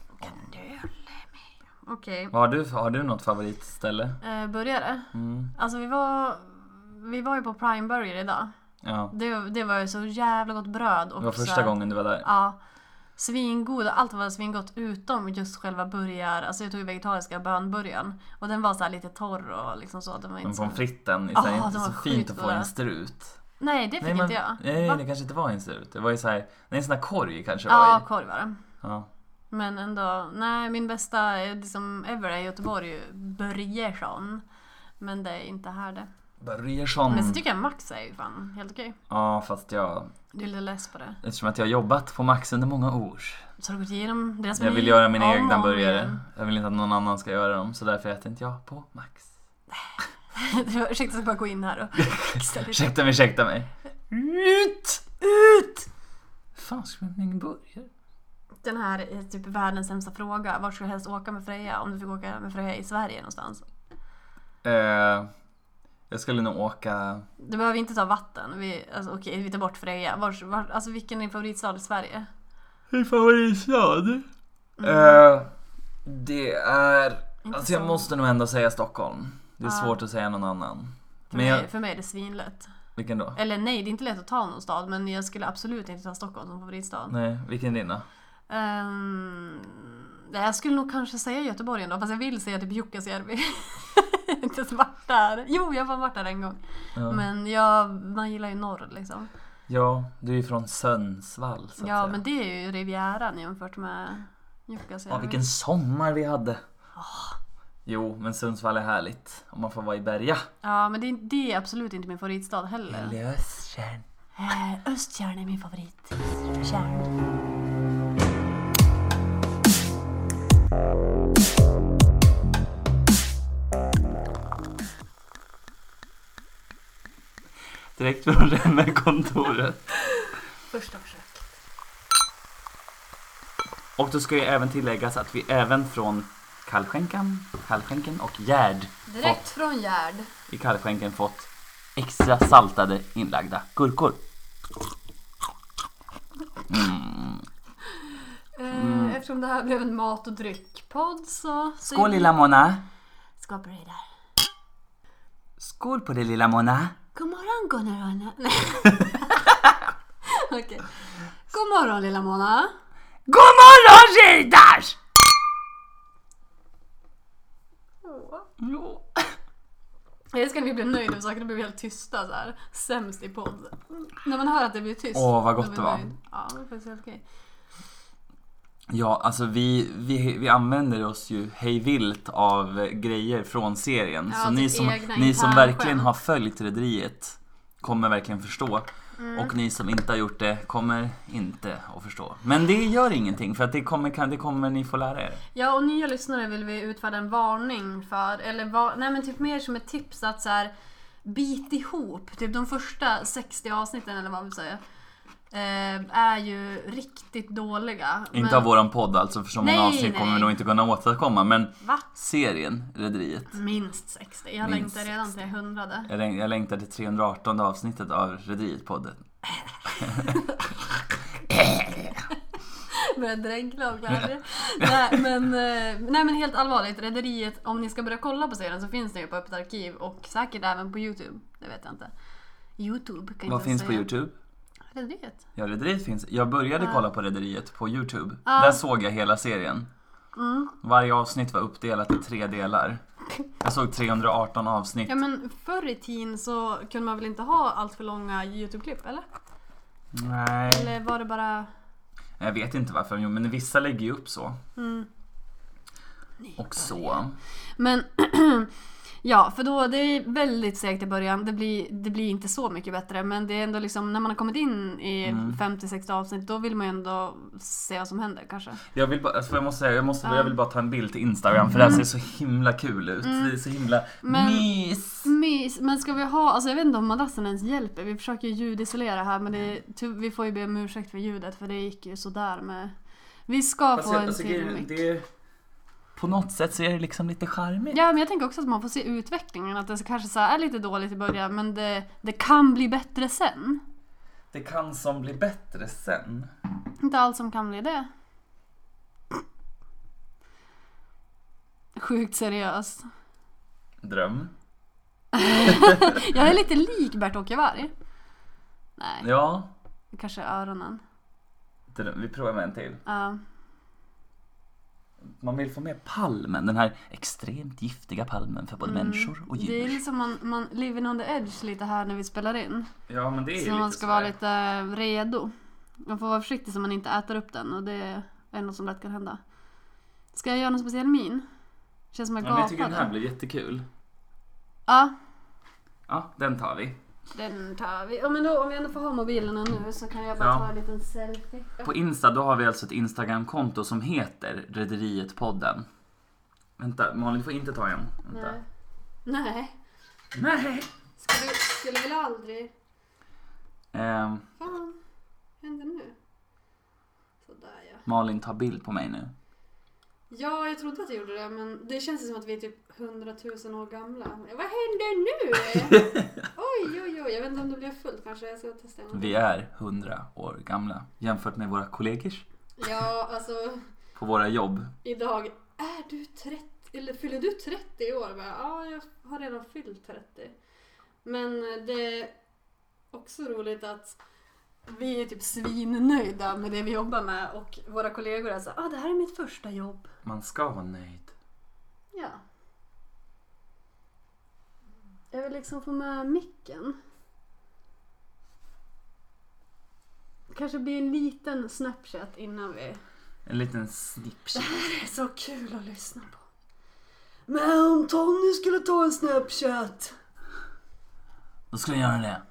Speaker 2: Okej.
Speaker 1: Vad har du, har du något favoritställe?
Speaker 2: Eh, burgare.
Speaker 1: Mm.
Speaker 2: Alltså vi var... Vi var ju på Prime Burger idag.
Speaker 1: Ja.
Speaker 2: Det, det var ju så jävla gott bröd och
Speaker 1: Det var
Speaker 2: så
Speaker 1: första
Speaker 2: här-
Speaker 1: gången du var där.
Speaker 2: Ja. Svingod, allt var svingott utom just själva burgar. Alltså jag tog ju vegetariska bönburgaren. Och den var så här lite torr och liksom så. Den var inte
Speaker 1: Men
Speaker 2: så...
Speaker 1: pommes fritesen i
Speaker 2: Ah,
Speaker 1: sig är
Speaker 2: de
Speaker 1: inte
Speaker 2: var
Speaker 1: så fint att
Speaker 2: sjukt
Speaker 1: få i
Speaker 2: goda.
Speaker 1: en strut.
Speaker 2: Nej, det fick
Speaker 1: men-
Speaker 2: inte jag.
Speaker 1: Nej,
Speaker 2: Va?
Speaker 1: det kanske inte var i en strut. Det var ju så här, det är en sån där korg kanske det var
Speaker 2: Ja,
Speaker 1: i.
Speaker 2: korv var det.
Speaker 1: Ja.
Speaker 2: Men ändå, nej min bästa är liksom ever är Göteborg, Börjesson. Men det är inte här det.
Speaker 1: Bergersson.
Speaker 2: Men så tycker jag Max är ju fan helt okej.
Speaker 1: Ja, fast jag,
Speaker 2: Du är lite less på det.
Speaker 1: eftersom att jag har jobbat på Max under många år.
Speaker 2: Så har du gått igenom deras
Speaker 1: Jag vill
Speaker 2: meny
Speaker 1: göra mina
Speaker 2: om och
Speaker 1: egna
Speaker 2: om
Speaker 1: burgare.
Speaker 2: igen.
Speaker 1: Jag vill inte att någon annan ska göra dem, så därför äter inte jag på Max.
Speaker 2: Det var- Ursäkta, jag ska bara gå in här och fixa lite.
Speaker 1: Ursäkta mig, ursäkta mig.
Speaker 2: Ut! Ut!
Speaker 1: Fan, ska man ingen burgare?
Speaker 2: Den här är typ världens sämsta fråga. Vart skulle du helst åka med Freja om du fick åka med Freja i Sverige någonstans?
Speaker 1: Eh, jag skulle nog åka...
Speaker 2: Du behöver inte ta vatten. Vi, alltså, okej, vi tar bort Freja. Vars, var, alltså, vilken är din favoritstad i Sverige?
Speaker 1: Min favoritstad? Eh, det är...
Speaker 2: Inte
Speaker 1: Alltså jag
Speaker 2: så-
Speaker 1: måste nog ändå säga Stockholm. Det är
Speaker 2: Ja.
Speaker 1: svårt att säga någon annan.
Speaker 2: För,
Speaker 1: Men jag,
Speaker 2: mig, för mig är det svinlätt.
Speaker 1: vilken då?
Speaker 2: Eller nej, det är inte lätt att ta någon stad men jag skulle absolut inte ta Stockholm som favoritstad.
Speaker 1: Nej, vilken din då?
Speaker 2: Ehm, nej, jag skulle nog kanske säga Göteborg ändå fast jag vill säga typ Jukkasjärvi. Jag har inte ens varit där. Jo, jag har fan varit där en gång.
Speaker 1: Ja.
Speaker 2: Men jag, man gillar ju norr liksom.
Speaker 1: ja, du är ju från Sundsvall så att
Speaker 2: Ja,
Speaker 1: säga.
Speaker 2: men det är ju Rivieran jämfört med Jukkas
Speaker 1: Ja, vilken sommar vi hade. Jo, men Sundsvall är härligt. Om man får vara i Berga.
Speaker 2: Ja, men det, är- det är absolut inte min favoritstad heller.
Speaker 1: Eller Östern.
Speaker 2: Eh, Östjärn är min favorit. Östjärn.
Speaker 1: Direkt från Remme-kontoret.
Speaker 2: Första försök.
Speaker 1: Och då ska ju även tilläggas att vi även från Kallskänkan, Kallskänken och Gärd
Speaker 2: Direkt från Gärd.
Speaker 1: i Kallskänken fått extra saltade inlagda gurkor.
Speaker 2: Eh,
Speaker 1: Mm.
Speaker 2: Eftersom det här blev en mat och dryckpodd så...
Speaker 1: Skål lilla Mona!
Speaker 2: Skål på dig där.
Speaker 1: Skål på dig lilla Mona!
Speaker 2: God morgon Gunnar och Anna. Nej. Okej. God morgon lilla Mona.
Speaker 1: God morgon Reidars! Jo.
Speaker 2: Jag ska vi bli nöjda med saker, då blir vi helt tysta så här. Sämst i podd. När man hör att det blir tyst.
Speaker 1: Åh, vad gott
Speaker 2: då blir
Speaker 1: det
Speaker 2: man
Speaker 1: var.
Speaker 2: nöjd. Ja, det var faktiskt helt okej.
Speaker 1: Ja, alltså vi, vi, vi använder oss ju hej vilt av eh, grejer från serien.
Speaker 2: Ja,
Speaker 1: så
Speaker 2: typ
Speaker 1: ni som,
Speaker 2: egna
Speaker 1: ni som
Speaker 2: internskämt.
Speaker 1: verkligen har följt Rederiet kommer verkligen förstå.
Speaker 2: Mm.
Speaker 1: Och ni som inte har gjort det kommer inte att förstå. Men det gör ingenting för att det kommer, kan, det kommer ni få lära er.
Speaker 2: Ja, och nya lyssnare vill vi utfärda en varning för. Eller va- nej men typ mer som ett tips att så här bit ihop. Typ de första 60 avsnitten eller vad man vill säga. Eh, är ju riktigt dåliga.
Speaker 1: Inte av våran podd alltså för så många
Speaker 2: Nej,
Speaker 1: avsnitt kommer vi
Speaker 2: nej.
Speaker 1: nog inte kunna åstadkomma. Men
Speaker 2: Va?
Speaker 1: serien Rederiet.
Speaker 2: Minst 60. Jag
Speaker 1: Minst
Speaker 2: längtar redan till 100.
Speaker 1: Jag, läng- jag längtar till 318 avsnittet av Rederiet-podden.
Speaker 2: Börjar dregla och glädje. nej, men, eh, nej men helt allvarligt, Rederiet, om ni ska börja kolla på serien så finns den ju på Öppet arkiv och säkert även på Youtube. Det vet jag inte. Youtube kan jag
Speaker 1: Vad
Speaker 2: inte
Speaker 1: finns
Speaker 2: säga.
Speaker 1: på Youtube?
Speaker 2: Rederiet.
Speaker 1: Ja, Rederiet finns. Jag började kolla på Rederiet på Youtube.
Speaker 2: Ja. Mm.
Speaker 1: Där såg jag hela serien. Varje avsnitt var uppdelat i tre delar. Jag såg 318 avsnitt.
Speaker 2: Ja men förr i tiden så kunde man väl inte ha allt för långa Youtube-klipp eller?
Speaker 1: Nej,
Speaker 2: Eller var det bara...
Speaker 1: jag vet inte varför. Jo, men vissa lägger ju upp så.
Speaker 2: Mm.
Speaker 1: Och så.
Speaker 2: Men ja, för då det är väldigt segt i början. Det blir, det blir inte så mycket bättre. Men det är ändå liksom när man har kommit in i
Speaker 1: Mm.
Speaker 2: 50-60 avsnitt då vill man ju ändå se vad som händer kanske.
Speaker 1: Jag vill bara, alltså för jag måste säga, jag, måste, jag vill bara ta en bild till Instagram för det här ser så himla kul ut. Det är så himla
Speaker 2: Mm. Men-
Speaker 1: mys.
Speaker 2: Mys, men ska vi ha, alltså jag vet inte om madrassen ens hjälper. Vi försöker ju ljudisolera här men det,
Speaker 1: Mm.
Speaker 2: är ty- vi får ju be om ursäkt för ljudet för det gick ju sådär med. Vi ska
Speaker 1: Alltså,
Speaker 2: få en
Speaker 1: alltså,
Speaker 2: till
Speaker 1: grejen-
Speaker 2: mick.
Speaker 1: det är, på något sätt så är det liksom lite charmigt.
Speaker 2: Ja men jag tänker också att man får se utvecklingen. Att det så- kanske så här är lite dåligt i början men det, det kan bli bättre sen.
Speaker 1: Det kan som bli bättre sen.
Speaker 2: Inte allt som kan bli det. Sjukt seriöst.
Speaker 1: Dröm.
Speaker 2: Jag är lite lik Bert-Åke Varg. Nej,
Speaker 1: Ja,
Speaker 2: det kanske är öronen.
Speaker 1: dröm. vi provar med en till.
Speaker 2: Ja.
Speaker 1: Man vill få med palmen, den här extremt giftiga palmen för både människor och
Speaker 2: Mm, det är
Speaker 1: djur.
Speaker 2: liksom man, man living on the edge lite här när vi spelar in.
Speaker 1: Ja men det är
Speaker 2: Så man ska vara lite redo. Man får vara försiktig så man inte äter upp den och det är något som lätt kan hända. Ska jag göra någon speciell min? Känns som jag
Speaker 1: Men jag tycker den här
Speaker 2: gapade.
Speaker 1: blir jättekul.
Speaker 2: Ja,
Speaker 1: Ja, den tar vi.
Speaker 2: den tar vi. Ja, men då, om vi ändå får ha mobilerna nu så kan jag bara
Speaker 1: Ja.
Speaker 2: ta en liten selfie.
Speaker 1: På Insta då har vi alltså ett Instagramkonto som heter Rederiet-podden. Vänta, Malin du får inte ta en. Vänta.
Speaker 2: Nej. Nej.
Speaker 1: Nej.
Speaker 2: Skulle, skulle väl aldrig...
Speaker 1: Ehm,
Speaker 2: Fan. Vad händer nu? Sådär ja.
Speaker 1: Malin ta bild på mig nu.
Speaker 2: Ja, jag trodde att jag gjorde det men det känns som att vi är typ 100 000 år gamla. Vad händer nu? oj, oj, oj. Jag vet inte om det blir fullt kanske. Jag ska testa en gång.
Speaker 1: Vi är 100 år gamla jämfört med våra kollegor
Speaker 2: Ja, alltså
Speaker 1: på våra jobb.
Speaker 2: idag. Är du 30? Eller fyller du 30 i år? Jag bara, Ja, jag har redan fyllt 30. Men det är också roligt att vi är typ svinnöjda med det vi jobbar med och våra kollegor är så här, ah, det här är mitt första jobb.
Speaker 1: Man ska vara nöjd.
Speaker 2: Ja. Jag vill liksom få med micken. Kanske blir en liten Snapchat innan vi...
Speaker 1: En liten snipshit.
Speaker 2: Det är så kul att lyssna på. Men om Tony skulle ta en Snapchat.
Speaker 1: Då skulle jag göra det.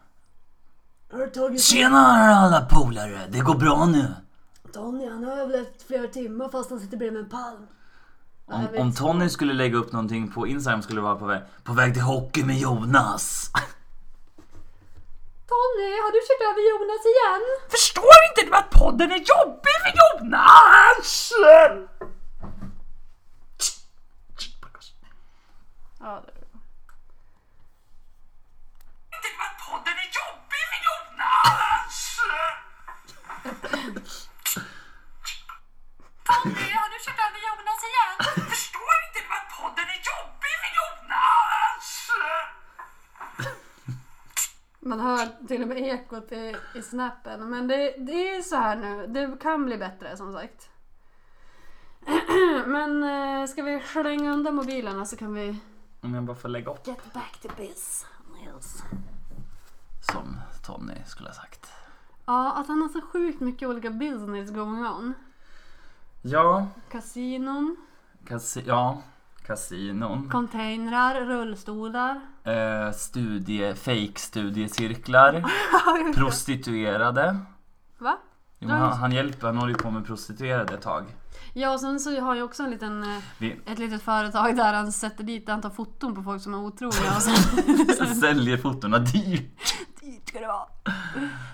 Speaker 2: Har du tagit...
Speaker 1: Tjena alla polare, det går bra nu.
Speaker 2: Tony han har överlevt flera timmar fast han sitter bredvid en palm.
Speaker 1: Om, om Tony skulle lägga upp någonting på Instagram skulle det vara på väg, på väg till hockey med Jonas.
Speaker 2: Tony, har du kört över Jonas igen?
Speaker 1: Förstår inte du att podden är jobbig för Jonas?
Speaker 2: Ja, det är
Speaker 1: Podden är jobbig för Jonas!
Speaker 2: Tony, har du kört över Jonas igen?
Speaker 1: alltså, Förstår inte du att podden är jobbig för Jonas?
Speaker 2: Man hör till och med ekot i, i snappen. Men det, det är så här nu. Det kan bli bättre som sagt. Men eh, ska vi slänga undan mobilerna så kan vi
Speaker 1: Om jag bara får lägga upp.
Speaker 2: get back to business.
Speaker 1: Som Tony skulle ha sagt.
Speaker 2: Ja, att han har så sjukt mycket olika business going on.
Speaker 1: Ja,
Speaker 2: Kasinon,
Speaker 1: kasi- ja kasinon.
Speaker 2: containrar, rullstolar.
Speaker 1: Eh, studie, fake studiecirklar. prostituerade.
Speaker 2: Va?
Speaker 1: Jo, men han, han hjälper, han håller ju på med prostituerade ett tag.
Speaker 2: Ja, och sen så har jag också en liten, eh,
Speaker 1: Vi
Speaker 2: ett litet företag där han sätter dit, han tar foton på folk som är otrogna och sen...
Speaker 1: säljer fotona dyrt.
Speaker 2: Dyrt ska det vara.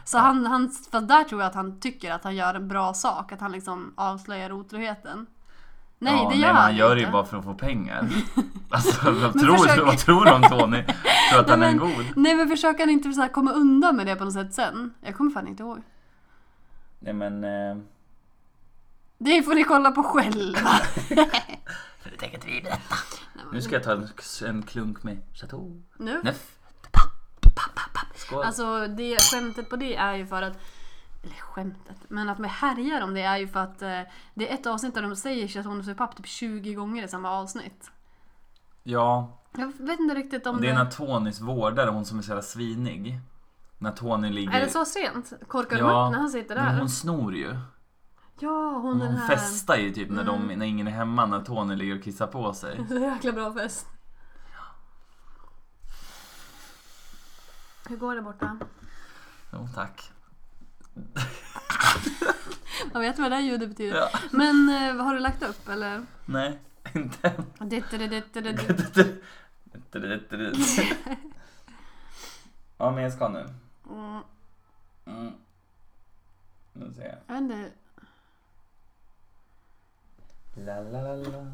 Speaker 2: Så han, han, för där tror jag att han tycker att han gör en bra sak, att han liksom avslöjar otroheten. Nej,
Speaker 1: ja,
Speaker 2: det gör
Speaker 1: men
Speaker 2: han
Speaker 1: han gör det
Speaker 2: inte.
Speaker 1: ju bara för att få pengar. Alltså, vad, tror, vad tror de Tony? Tror att han är en god?
Speaker 2: Nej men försöker han inte så här komma undan med det på något sätt sen? Jag kommer fan inte ihåg.
Speaker 1: Nej men... Eh,
Speaker 2: Det får ni kolla på själva.
Speaker 1: för det tänker inte vi berätta. Nu ska jag ta en, en klunk med Chateau
Speaker 2: Nu?
Speaker 1: Neuf. Skål.
Speaker 2: Alltså det, skämtet på det är ju för att eller skämtet, men att man härjar om det är ju för att eh, det är ett avsnitt där de säger Chateau papp typ 20 gånger i samma avsnitt.
Speaker 1: ja,
Speaker 2: Jag vet inte riktigt om
Speaker 1: det
Speaker 2: det...
Speaker 1: är när Tonys vårdare, hon som är så jävla svinig. När Tony ligger...
Speaker 2: Är det så sent? Korkar de
Speaker 1: Ja,
Speaker 2: upp när han sitter
Speaker 1: Men
Speaker 2: där?
Speaker 1: hon snor ju.
Speaker 2: Ja, hon den
Speaker 1: Hon
Speaker 2: här... Mm.
Speaker 1: festar ju typ när, de, när ingen är hemma, när Tony ligger och kissar på sig.
Speaker 2: Så jäkla bra fest. Hur går det borta?
Speaker 1: Jo, tack.
Speaker 2: Jag vet vad det där ljudet betyder.
Speaker 1: Ja.
Speaker 2: Men eh, har du lagt upp eller?
Speaker 1: Nej, inte än.
Speaker 2: Ditt, ditt, ditt, ditt, ditt.
Speaker 1: Ja, men jag ska nu.
Speaker 2: Mm,
Speaker 1: Mm. Nu ser jag.
Speaker 2: Jag vet inte.
Speaker 1: La, la, la, la.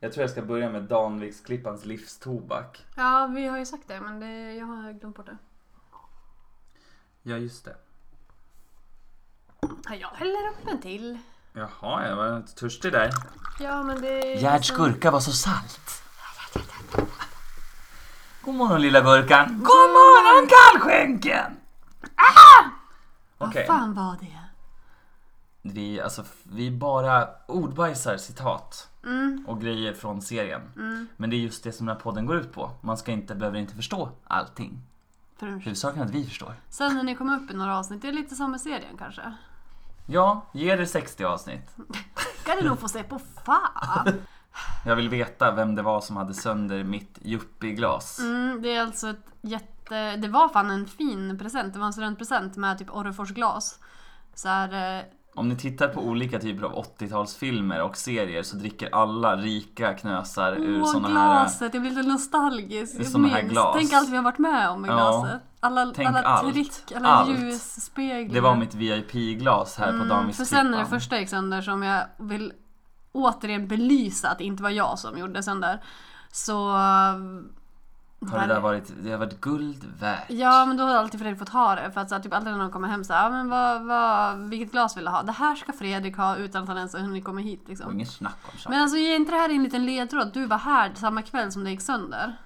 Speaker 1: Jag tror jag ska börja med Danviks Klippans livstobak.
Speaker 2: Ja, vi har ju sagt det men det, jag har glömt bort det.
Speaker 1: Ja, just det.
Speaker 2: Ja, jag häller upp en till.
Speaker 1: Jaha, jag var törstig där.
Speaker 2: Ja, men det... är
Speaker 1: Gerds
Speaker 2: liksom-
Speaker 1: gurka var så salt. God morgon lilla gurkan. God morgon kallskänken. Okej,
Speaker 2: Vad fan var det?
Speaker 1: vi, alltså, vi bara ordbajsar citat
Speaker 2: Mm.
Speaker 1: och grejer från serien. Men det är just det som den här podden går ut på. Man ska inte, behöver inte förstå allting.
Speaker 2: Förrän.
Speaker 1: Huvudsaken är att vi förstår.
Speaker 2: Sen när ni kom upp i några avsnitt, det är lite som med serien kanske.
Speaker 1: Ja, ge det 60 avsnitt.
Speaker 2: Ska ni nog få se på fan!
Speaker 1: Jag vill veta vem det var som hade sönder mitt yuppieglas.
Speaker 2: Mm, det är alltså ett jätte... Det var fan en fin present. Det var en studentpresent med typ Orreforsglas. Så här, eh,
Speaker 1: Om ni tittar på olika typer av 80-talsfilmer och serier så dricker alla rika knösar ur
Speaker 2: Åh,
Speaker 1: såna här... eh,
Speaker 2: glaset! Jag blir lite nostalgisk.
Speaker 1: Det är
Speaker 2: Jag
Speaker 1: såna här
Speaker 2: minns.
Speaker 1: glas.
Speaker 2: Tänk allt vi har varit med om med
Speaker 1: Ja.
Speaker 2: glaset. Alla,
Speaker 1: Tänk
Speaker 2: alla
Speaker 1: allt.
Speaker 2: trick, alla
Speaker 1: Allt.
Speaker 2: ljus, speglar.
Speaker 1: Det var mitt VIP-glas här på
Speaker 2: Mm,
Speaker 1: Damis
Speaker 2: För sen när det
Speaker 1: Klippan.
Speaker 2: första gick sönder som jag vill återigen belysa att det inte var jag som gjorde sönder. Så...
Speaker 1: Har det där varit, det har varit guld värt.
Speaker 2: Ja men då har alltid Fredrik fått ha det för att så här, typ alltid när någon kommer hem så här, ja men vad, vad, vilket glas vill du ha? Det här ska Fredrik ha utan att han ens har hunnit komma hit
Speaker 1: Och
Speaker 2: liksom.
Speaker 1: inget snack om saker.
Speaker 2: Men alltså ge inte det här en liten ledtråd? Du var här samma kväll som det gick sönder.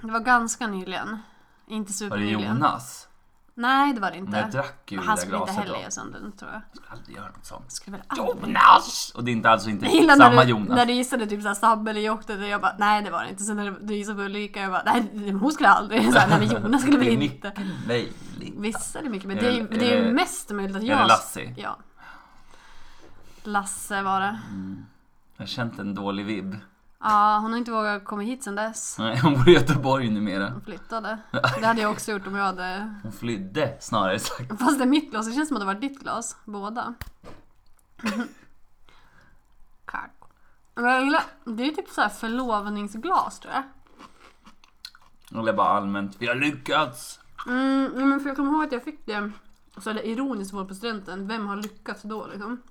Speaker 2: Det var ganska nyligen. Inte
Speaker 1: Var det
Speaker 2: supernyligen.
Speaker 1: Jonas?
Speaker 2: Nej, det var det inte.
Speaker 1: Men jag drack ju
Speaker 2: Han
Speaker 1: det där
Speaker 2: skulle inte
Speaker 1: glaset
Speaker 2: heller
Speaker 1: då.
Speaker 2: göra sönder den tror jag.
Speaker 1: Jag skulle aldrig göra något sånt.
Speaker 2: Skulle väl aldrig-
Speaker 1: Jonas! Och det är inte alls inte
Speaker 2: Jag gillar
Speaker 1: samma
Speaker 2: när du,
Speaker 1: Jonas.
Speaker 2: När du gissade typ såhär Sabbe eller Jokte, och jag bara nej det var det inte. Sen när du gissade på Ulrika, jag bara nej hon skulle aldrig. Såhär, nej men Jonas skulle väl
Speaker 1: det är
Speaker 2: inte.
Speaker 1: mycket möjligt.
Speaker 2: Vissa är det mycket, men
Speaker 1: Är
Speaker 2: det är, ju-
Speaker 1: det-
Speaker 2: det är
Speaker 1: är det-
Speaker 2: ju mest möjligt att
Speaker 1: Är
Speaker 2: jag...
Speaker 1: det Lassie?
Speaker 2: Ja. Lasse var det.
Speaker 1: Jag har känt en dålig vibb.
Speaker 2: Ja, hon har inte vågat komma hit sen dess.
Speaker 1: Nej, Hon bor i Göteborg numera.
Speaker 2: Hon flyttade. Det hade jag också gjort om jag hade...
Speaker 1: Hon flydde snarare sagt.
Speaker 2: Fast det är mitt glas, det känns som att det var ditt glas. Båda. Kack. Men jag gillar, det är typ så här förlovningsglas tror jag.
Speaker 1: Eller bara allmänt, vi har lyckats!
Speaker 2: Mm, ja, men för jag kommer ihåg att jag fick det så det ironiskt var på studenten, vem har lyckats då liksom?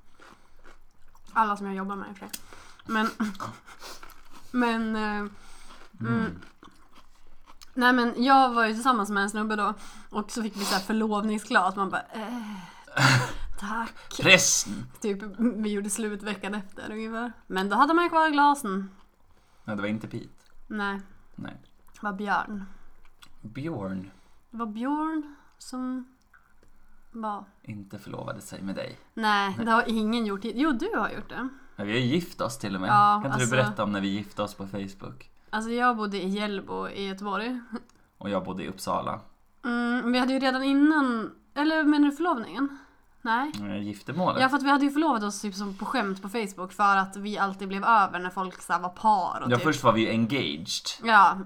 Speaker 2: Alla som jag jobbar med i och för sig. Men... men... eh, Mm. Nej men jag var ju tillsammans med en snubbe då och så fick vi så här förlovningsglas. Man bara eh, Tack.
Speaker 1: Pressen!
Speaker 2: Typ vi gjorde slut veckan efter ungefär. Men då hade man ju kvar glasen.
Speaker 1: Nej, det var inte Pete.
Speaker 2: Nej,
Speaker 1: Nej.
Speaker 2: det var Björn.
Speaker 1: Björn
Speaker 2: Det var Björn som var
Speaker 1: inte förlovade sig med dig.
Speaker 2: Nej, det har ingen gjort. hit- Jo, du har gjort det.
Speaker 1: Men vi har ju gift oss till och med.
Speaker 2: Ja,
Speaker 1: kan inte
Speaker 2: alltså-
Speaker 1: du berätta om när vi gifte oss på Facebook?
Speaker 2: Alltså jag bodde i Hjällbo i Göteborg.
Speaker 1: Och jag bodde i Uppsala.
Speaker 2: Mm, vi hade ju redan innan... Eller menar du förlovningen? Nej.
Speaker 1: Eh, Giftermålet?
Speaker 2: Ja, för att vi hade ju förlovat oss typ som på skämt på Facebook för att vi alltid blev över när folk så här, var par och
Speaker 1: ja,
Speaker 2: typ.
Speaker 1: först var vi ju engaged.
Speaker 2: Ja.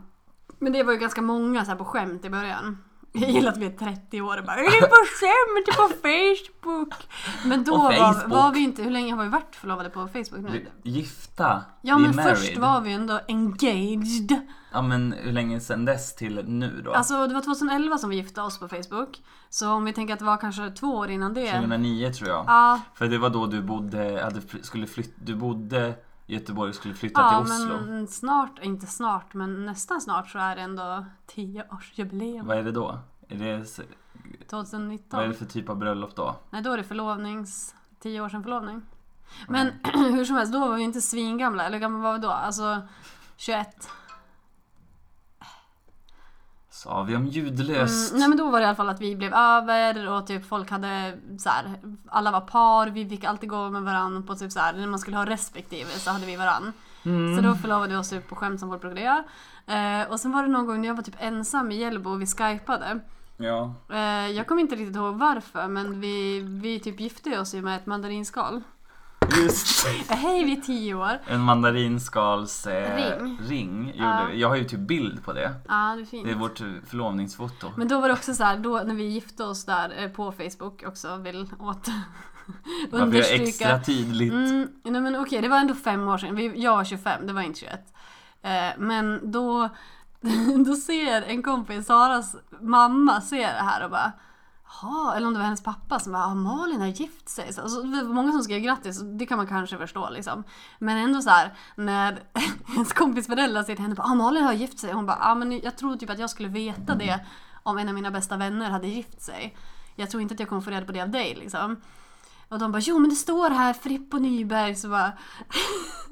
Speaker 2: Men det var ju ganska många så här, på skämt i början. Jag gillar att vi är 30 år och bara "Är det på skämt på Facebook. Men då
Speaker 1: På
Speaker 2: Var,
Speaker 1: Facebook.
Speaker 2: var vi inte, hur länge har vi varit förlovade på Facebook nu?
Speaker 1: Vi, gifta?
Speaker 2: Ja
Speaker 1: vi är
Speaker 2: men
Speaker 1: married.
Speaker 2: först var vi ändå engaged.
Speaker 1: Ja men hur länge sedan dess till nu då?
Speaker 2: Alltså det var 2011 som vi gifte oss på Facebook. Så om vi tänker att det var kanske två år innan det.
Speaker 1: 2009 tror jag.
Speaker 2: Ja,
Speaker 1: För det var då du bodde, hade, fly- skulle flyt, du bodde i Göteborg och skulle flytta
Speaker 2: ja
Speaker 1: till Oslo.
Speaker 2: men snart, inte snart men nästan snart så är det ändå 10-årsjubileum.
Speaker 1: Vad är det då? Är det, s- vad är
Speaker 2: 2019.
Speaker 1: det för typ av bröllop då?
Speaker 2: Nej då är det förlovnings... 10 år sedan förlovning. Men hur som helst, då var vi inte svingamla. Eller hur gamla var vi då? Alltså 21.
Speaker 1: Sa vi om ljudlöst?
Speaker 2: Mm, nej men då var det i alla fall att vi blev över och typ folk hade så här, alla var par, vi fick alltid gå med varandra på typ så här, när man skulle ha respektive så hade vi varann.
Speaker 1: Mm.
Speaker 2: Så då förlovade vi oss typ på skämt som folk brukade göra. Eh, och sen var det någon gång när jag var typ ensam i Hjällbo och vi skypade.
Speaker 1: Ja.
Speaker 2: Eh, jag kommer inte riktigt ihåg varför men vi, vi typ gifte oss ju med ett mandarinskal.
Speaker 1: Just
Speaker 2: Eh, Hej vi är tio år.
Speaker 1: En mandarinskals eh,
Speaker 2: Ring.
Speaker 1: ring. gjorde
Speaker 2: Ja.
Speaker 1: vi. Jag har ju typ bild på det.
Speaker 2: Ja det är
Speaker 1: Det är
Speaker 2: fint.
Speaker 1: vårt eh, förlovningsfoto.
Speaker 2: Men då var det också så här, då när vi gifte oss där eh, på Facebook också vill åt
Speaker 1: Varför jag är extra tydligt.
Speaker 2: Mm, nej men okej, det var ändå fem år sedan. Vi, jag var 25, det var inte 21. Eh, men då, då ser en kompis, Saras mamma, ser det här och bara Jaha, eller om det var hennes pappa som bara "Ah, Malin har gift sig. Så, alltså, det var många som skrev grattis, det kan man kanske förstå liksom. Men ändå så här när ens kompis föräldrar säger till henne bara, ah, Malin har gift sig. Hon bara, ah, men jag tror typ att jag skulle veta det om en av mina bästa vänner hade gift sig. Jag tror inte att jag kommer få reda på det av dig liksom. Och de bara jo men det står här Fripp och Nyberg så bara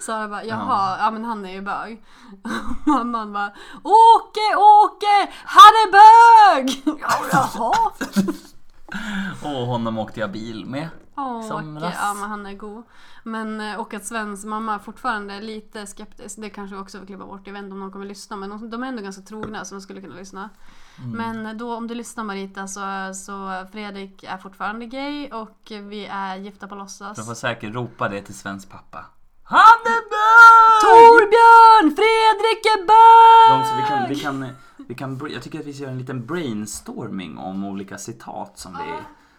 Speaker 2: Sara bara jaha, ja men han är ju bög. Och mamman bara Åke, Åke, han är bög! Ja, jaha!
Speaker 1: Och honom åkte jag bil med.
Speaker 2: Åke,
Speaker 1: Somras.
Speaker 2: ja men han är god. Men eh, och att Svens mamma fortfarande är lite skeptisk, det kanske vi också får klippa bort, jag vet inte om någon kommer lyssna men de, de är ändå ganska trogna så de skulle kunna lyssna. Mm. Men eh, då om du lyssnar Marita så, så Fredrik är fortfarande gay och vi är gifta på låtsas.
Speaker 1: De får säkert ropa det till Svens pappa. Han är bög!
Speaker 2: Torbjörn! Fredrik är
Speaker 1: De- så Vi kan, vi
Speaker 2: bög!
Speaker 1: kan, eh, vi kan, jag tycker att vi ska göra en liten brainstorming om olika citat som vi,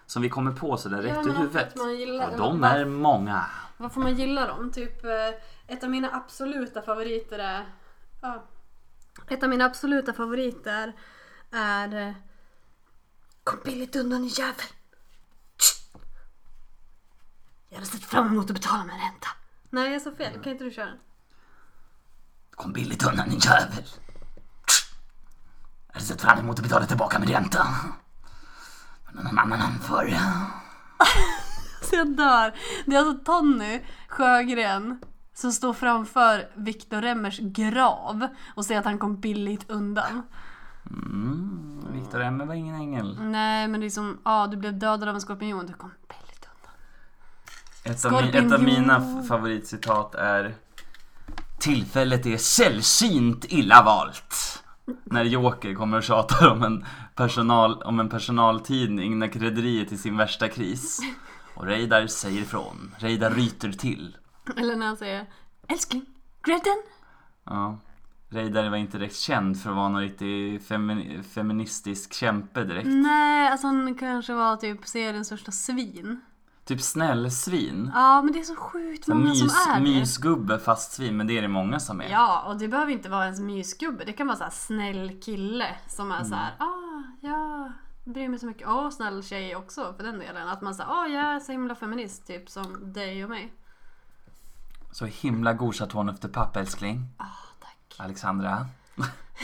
Speaker 1: som vi kommer på sådär
Speaker 2: Ja,
Speaker 1: rätt
Speaker 2: men
Speaker 1: ur
Speaker 2: Ah. att
Speaker 1: huvudet.
Speaker 2: man gillar
Speaker 1: Och
Speaker 2: det.
Speaker 1: de är många.
Speaker 2: Vad får man gilla dem? Typ eh, ett av mina absoluta favoriter är... Ja. Ett av mina absoluta favoriter är... eh, Kom billigt undan din jävel! Tsch! Jag hade sett fram emot att betala min ränta. Nej, jag sa fel. Kan inte du köra? den?
Speaker 1: Kom billigt undan din jävel. Jag hade sett fram emot att betala tillbaka min ränta. Men någon annan anför.
Speaker 2: Så jag dör. Det är alltså Tony Sjögren som står framför Viktor Remmers grav och säger att han kom billigt undan.
Speaker 1: Mm. Viktor Emmer var ingen ängel.
Speaker 2: Nej, men det är som, ja, du blev dödad av en skorpion. Du kom väldigt undan.
Speaker 1: Ett av, mi- ett av mina f- favoritcitat är Tillfället är sällsynt illa valt. När Joker kommer och tjatar om en, personal, om en personaltidning när krydderiet är i sin värsta kris. Och Reidar säger ifrån. Reidar ryter till.
Speaker 2: Eller när han säger älskling, grädden.
Speaker 1: Ja. Reidar var inte direkt känd för att vara någon riktig femini- feministisk kämpe direkt.
Speaker 2: Nej, alltså han kanske var typ seriens största svin.
Speaker 1: Typ snällsvin.
Speaker 2: Ja, men det är så sjukt många
Speaker 1: mys,
Speaker 2: som är det.
Speaker 1: mysgubbe fast svin, men det är det många som är.
Speaker 2: Ja, och det behöver inte vara ens mysgubbe. Det kan vara så här snäll kille som
Speaker 1: Mm.
Speaker 2: är så här, ah, ja, bryr mig så mycket. Och snäll tjej också för den delen. Att man säger, ah, jag är så himla feminist, typ som dig och mig.
Speaker 1: Så himla god chaton efter papp älskling.
Speaker 2: Ah, tack.
Speaker 1: Alexandra.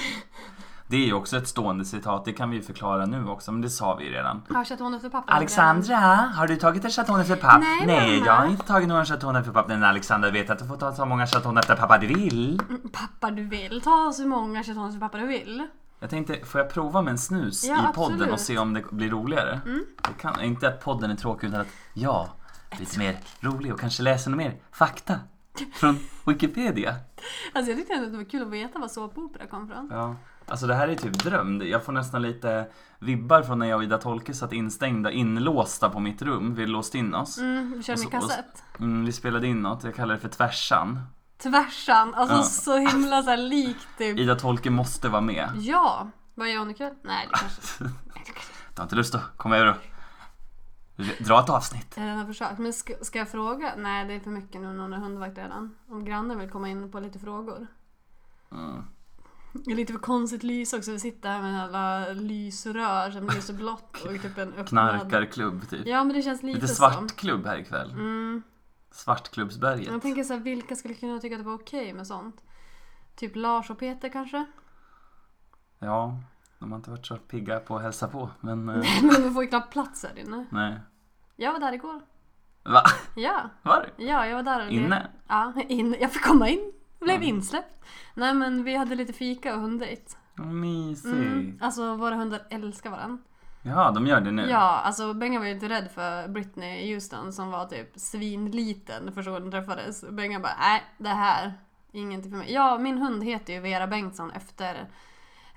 Speaker 1: Det är ju också ett stående citat, det kan vi ju förklara nu också, men det sa vi ju redan.
Speaker 2: Har chaton efter pappa.
Speaker 1: Alexandra, har du tagit en chaton efter papp?
Speaker 2: Nej, mamma.
Speaker 1: jag har inte tagit någon chaton efter papp. Men Alexandra vet att du får ta så många chaton efter pappa du vill.
Speaker 2: Pappa du vill, ta så många chaton som pappa du vill.
Speaker 1: Jag tänkte, får jag prova med en snus
Speaker 2: Ja,
Speaker 1: i podden
Speaker 2: absolut. Mm.
Speaker 1: och se om det blir roligare? Det kan, inte att podden är tråkig utan att jag blir lite mer rolig och kanske läser något mer fakta från Wikipedia.
Speaker 2: Alltså jag tyckte ändå att det var kul att veta var såpopera kom ifrån.
Speaker 1: Ja. Alltså det här är typ dröm. Jag får nästan lite vibbar från när jag och Ida Tolke satt instängda, inlåsta på mitt rum. Vi låste in oss.
Speaker 2: Mm, vi
Speaker 1: Och
Speaker 2: körde
Speaker 1: så-
Speaker 2: med kassett.
Speaker 1: Mm, vi spelade in något, jag kallar det för Tvärsan.
Speaker 2: Tvärsan, alltså
Speaker 1: Ja.
Speaker 2: så himla så här likt typ.
Speaker 1: Ida Tolke måste vara med.
Speaker 2: Ja, vad gör hon ikväll? Nej, det kanske
Speaker 1: Du har inte lust att komma över och dra ett avsnitt?
Speaker 2: Jag har redan försökt. Men ska, ska jag fråga? Nej, det är för mycket nu när hon är hundvakt redan. Om grannen vill komma in på lite frågor.
Speaker 1: Mm.
Speaker 2: Det är lite för konstigt lys också. Vi sitter här med alla lysrör som lyser blått och typ en öppnad...
Speaker 1: Knarkarklubb typ.
Speaker 2: Ja, men det känns lite,
Speaker 1: Lite
Speaker 2: så.
Speaker 1: svartklubb här ikväll.
Speaker 2: Mm. Jag
Speaker 1: Svartklubbsberget.
Speaker 2: tänker så här, vilka skulle kunna tycka att det var okej med sånt? Typ Lars och Peter kanske?
Speaker 1: Ja, de har inte varit så pigga på att hälsa på, men eh,
Speaker 2: men de får ju knappt plats här inne.
Speaker 1: nej.
Speaker 2: Jag var där igår.
Speaker 1: Va?
Speaker 2: Ja,
Speaker 1: Var du?
Speaker 2: ja jag var där. och det-
Speaker 1: Inne?
Speaker 2: Ja, in. jag fick komma in. Blev
Speaker 1: Mm.
Speaker 2: insläppt. Nej men vi hade lite fika och hunddejt.
Speaker 1: Vad Mysigt.
Speaker 2: Mm, alltså våra hundar älskar varandra.
Speaker 1: Ja, de gör det nu.
Speaker 2: Ja, alltså Benga var ju inte rädd för Britney i Houston som var typ svinliten första gången de träffades. Benga bara, nej det här, ingenting för mig. Ja, min hund heter ju Vera Bengtsson efter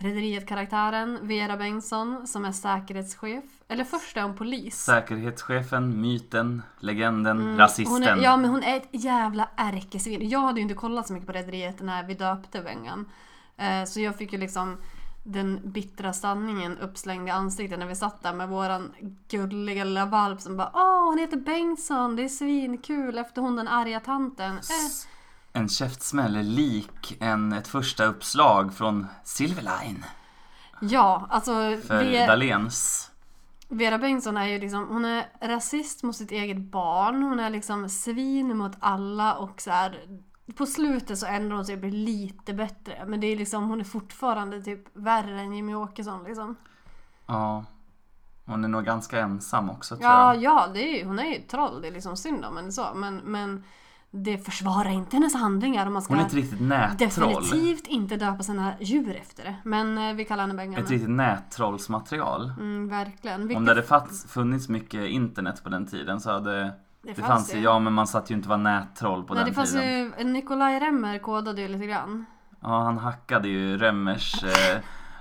Speaker 2: Rederiet-karaktären Vera Bengtsson som är säkerhetschef. Eller först är hon polis.
Speaker 1: Säkerhetschefen, myten, legenden,
Speaker 2: Mm,
Speaker 1: rasisten.
Speaker 2: Hon är, ja men hon är ett jävla ärkesvin. Jag hade ju inte kollat så mycket på Rederiet när vi döpte Bengan. Eh, Så jag fick ju liksom den bittra sanningen uppslängd i ansiktet när vi satt där med våran gulliga lilla valp som bara Åh hon heter Bengtsson, det är svinkul efter hon den arga tanten. Eh.
Speaker 1: S- En käftsmäll är lik en, ett första uppslag från Silverline
Speaker 2: Ja, alltså
Speaker 1: för
Speaker 2: Ve-
Speaker 1: Dahléns.
Speaker 2: Vera Bengtsson är ju liksom, hon är rasist mot sitt eget barn, hon är liksom svin mot alla och så här. På slutet så ändrar hon sig och blir lite bättre men det är liksom, hon är fortfarande typ värre än Jimmy Åkesson liksom.
Speaker 1: Ja. Hon är nog ganska ensam också tror
Speaker 2: Ja,
Speaker 1: jag.
Speaker 2: ja, det är ju, hon är ju ett troll, det är liksom synd om henne så men, men det försvarar inte hennes handlingar om man ska
Speaker 1: Hon är ett riktigt nättroll.
Speaker 2: definitivt inte döpa sina djur efter det. Men eh, vi kallar henne Bengan.
Speaker 1: Ett riktigt nättrollsmaterial.
Speaker 2: Mm, verkligen.
Speaker 1: Om
Speaker 2: Vilket-
Speaker 1: det hade fats- funnits mycket internet på den tiden så hade... Det fanns ju,
Speaker 2: ju.
Speaker 1: ja men man satt ju inte och var nättroll på
Speaker 2: Nej, det
Speaker 1: den
Speaker 2: fanns
Speaker 1: tiden.
Speaker 2: ju, Nikolaj Remmer kodade ju lite grann.
Speaker 1: Ja, han hackade ju Remmers, eh,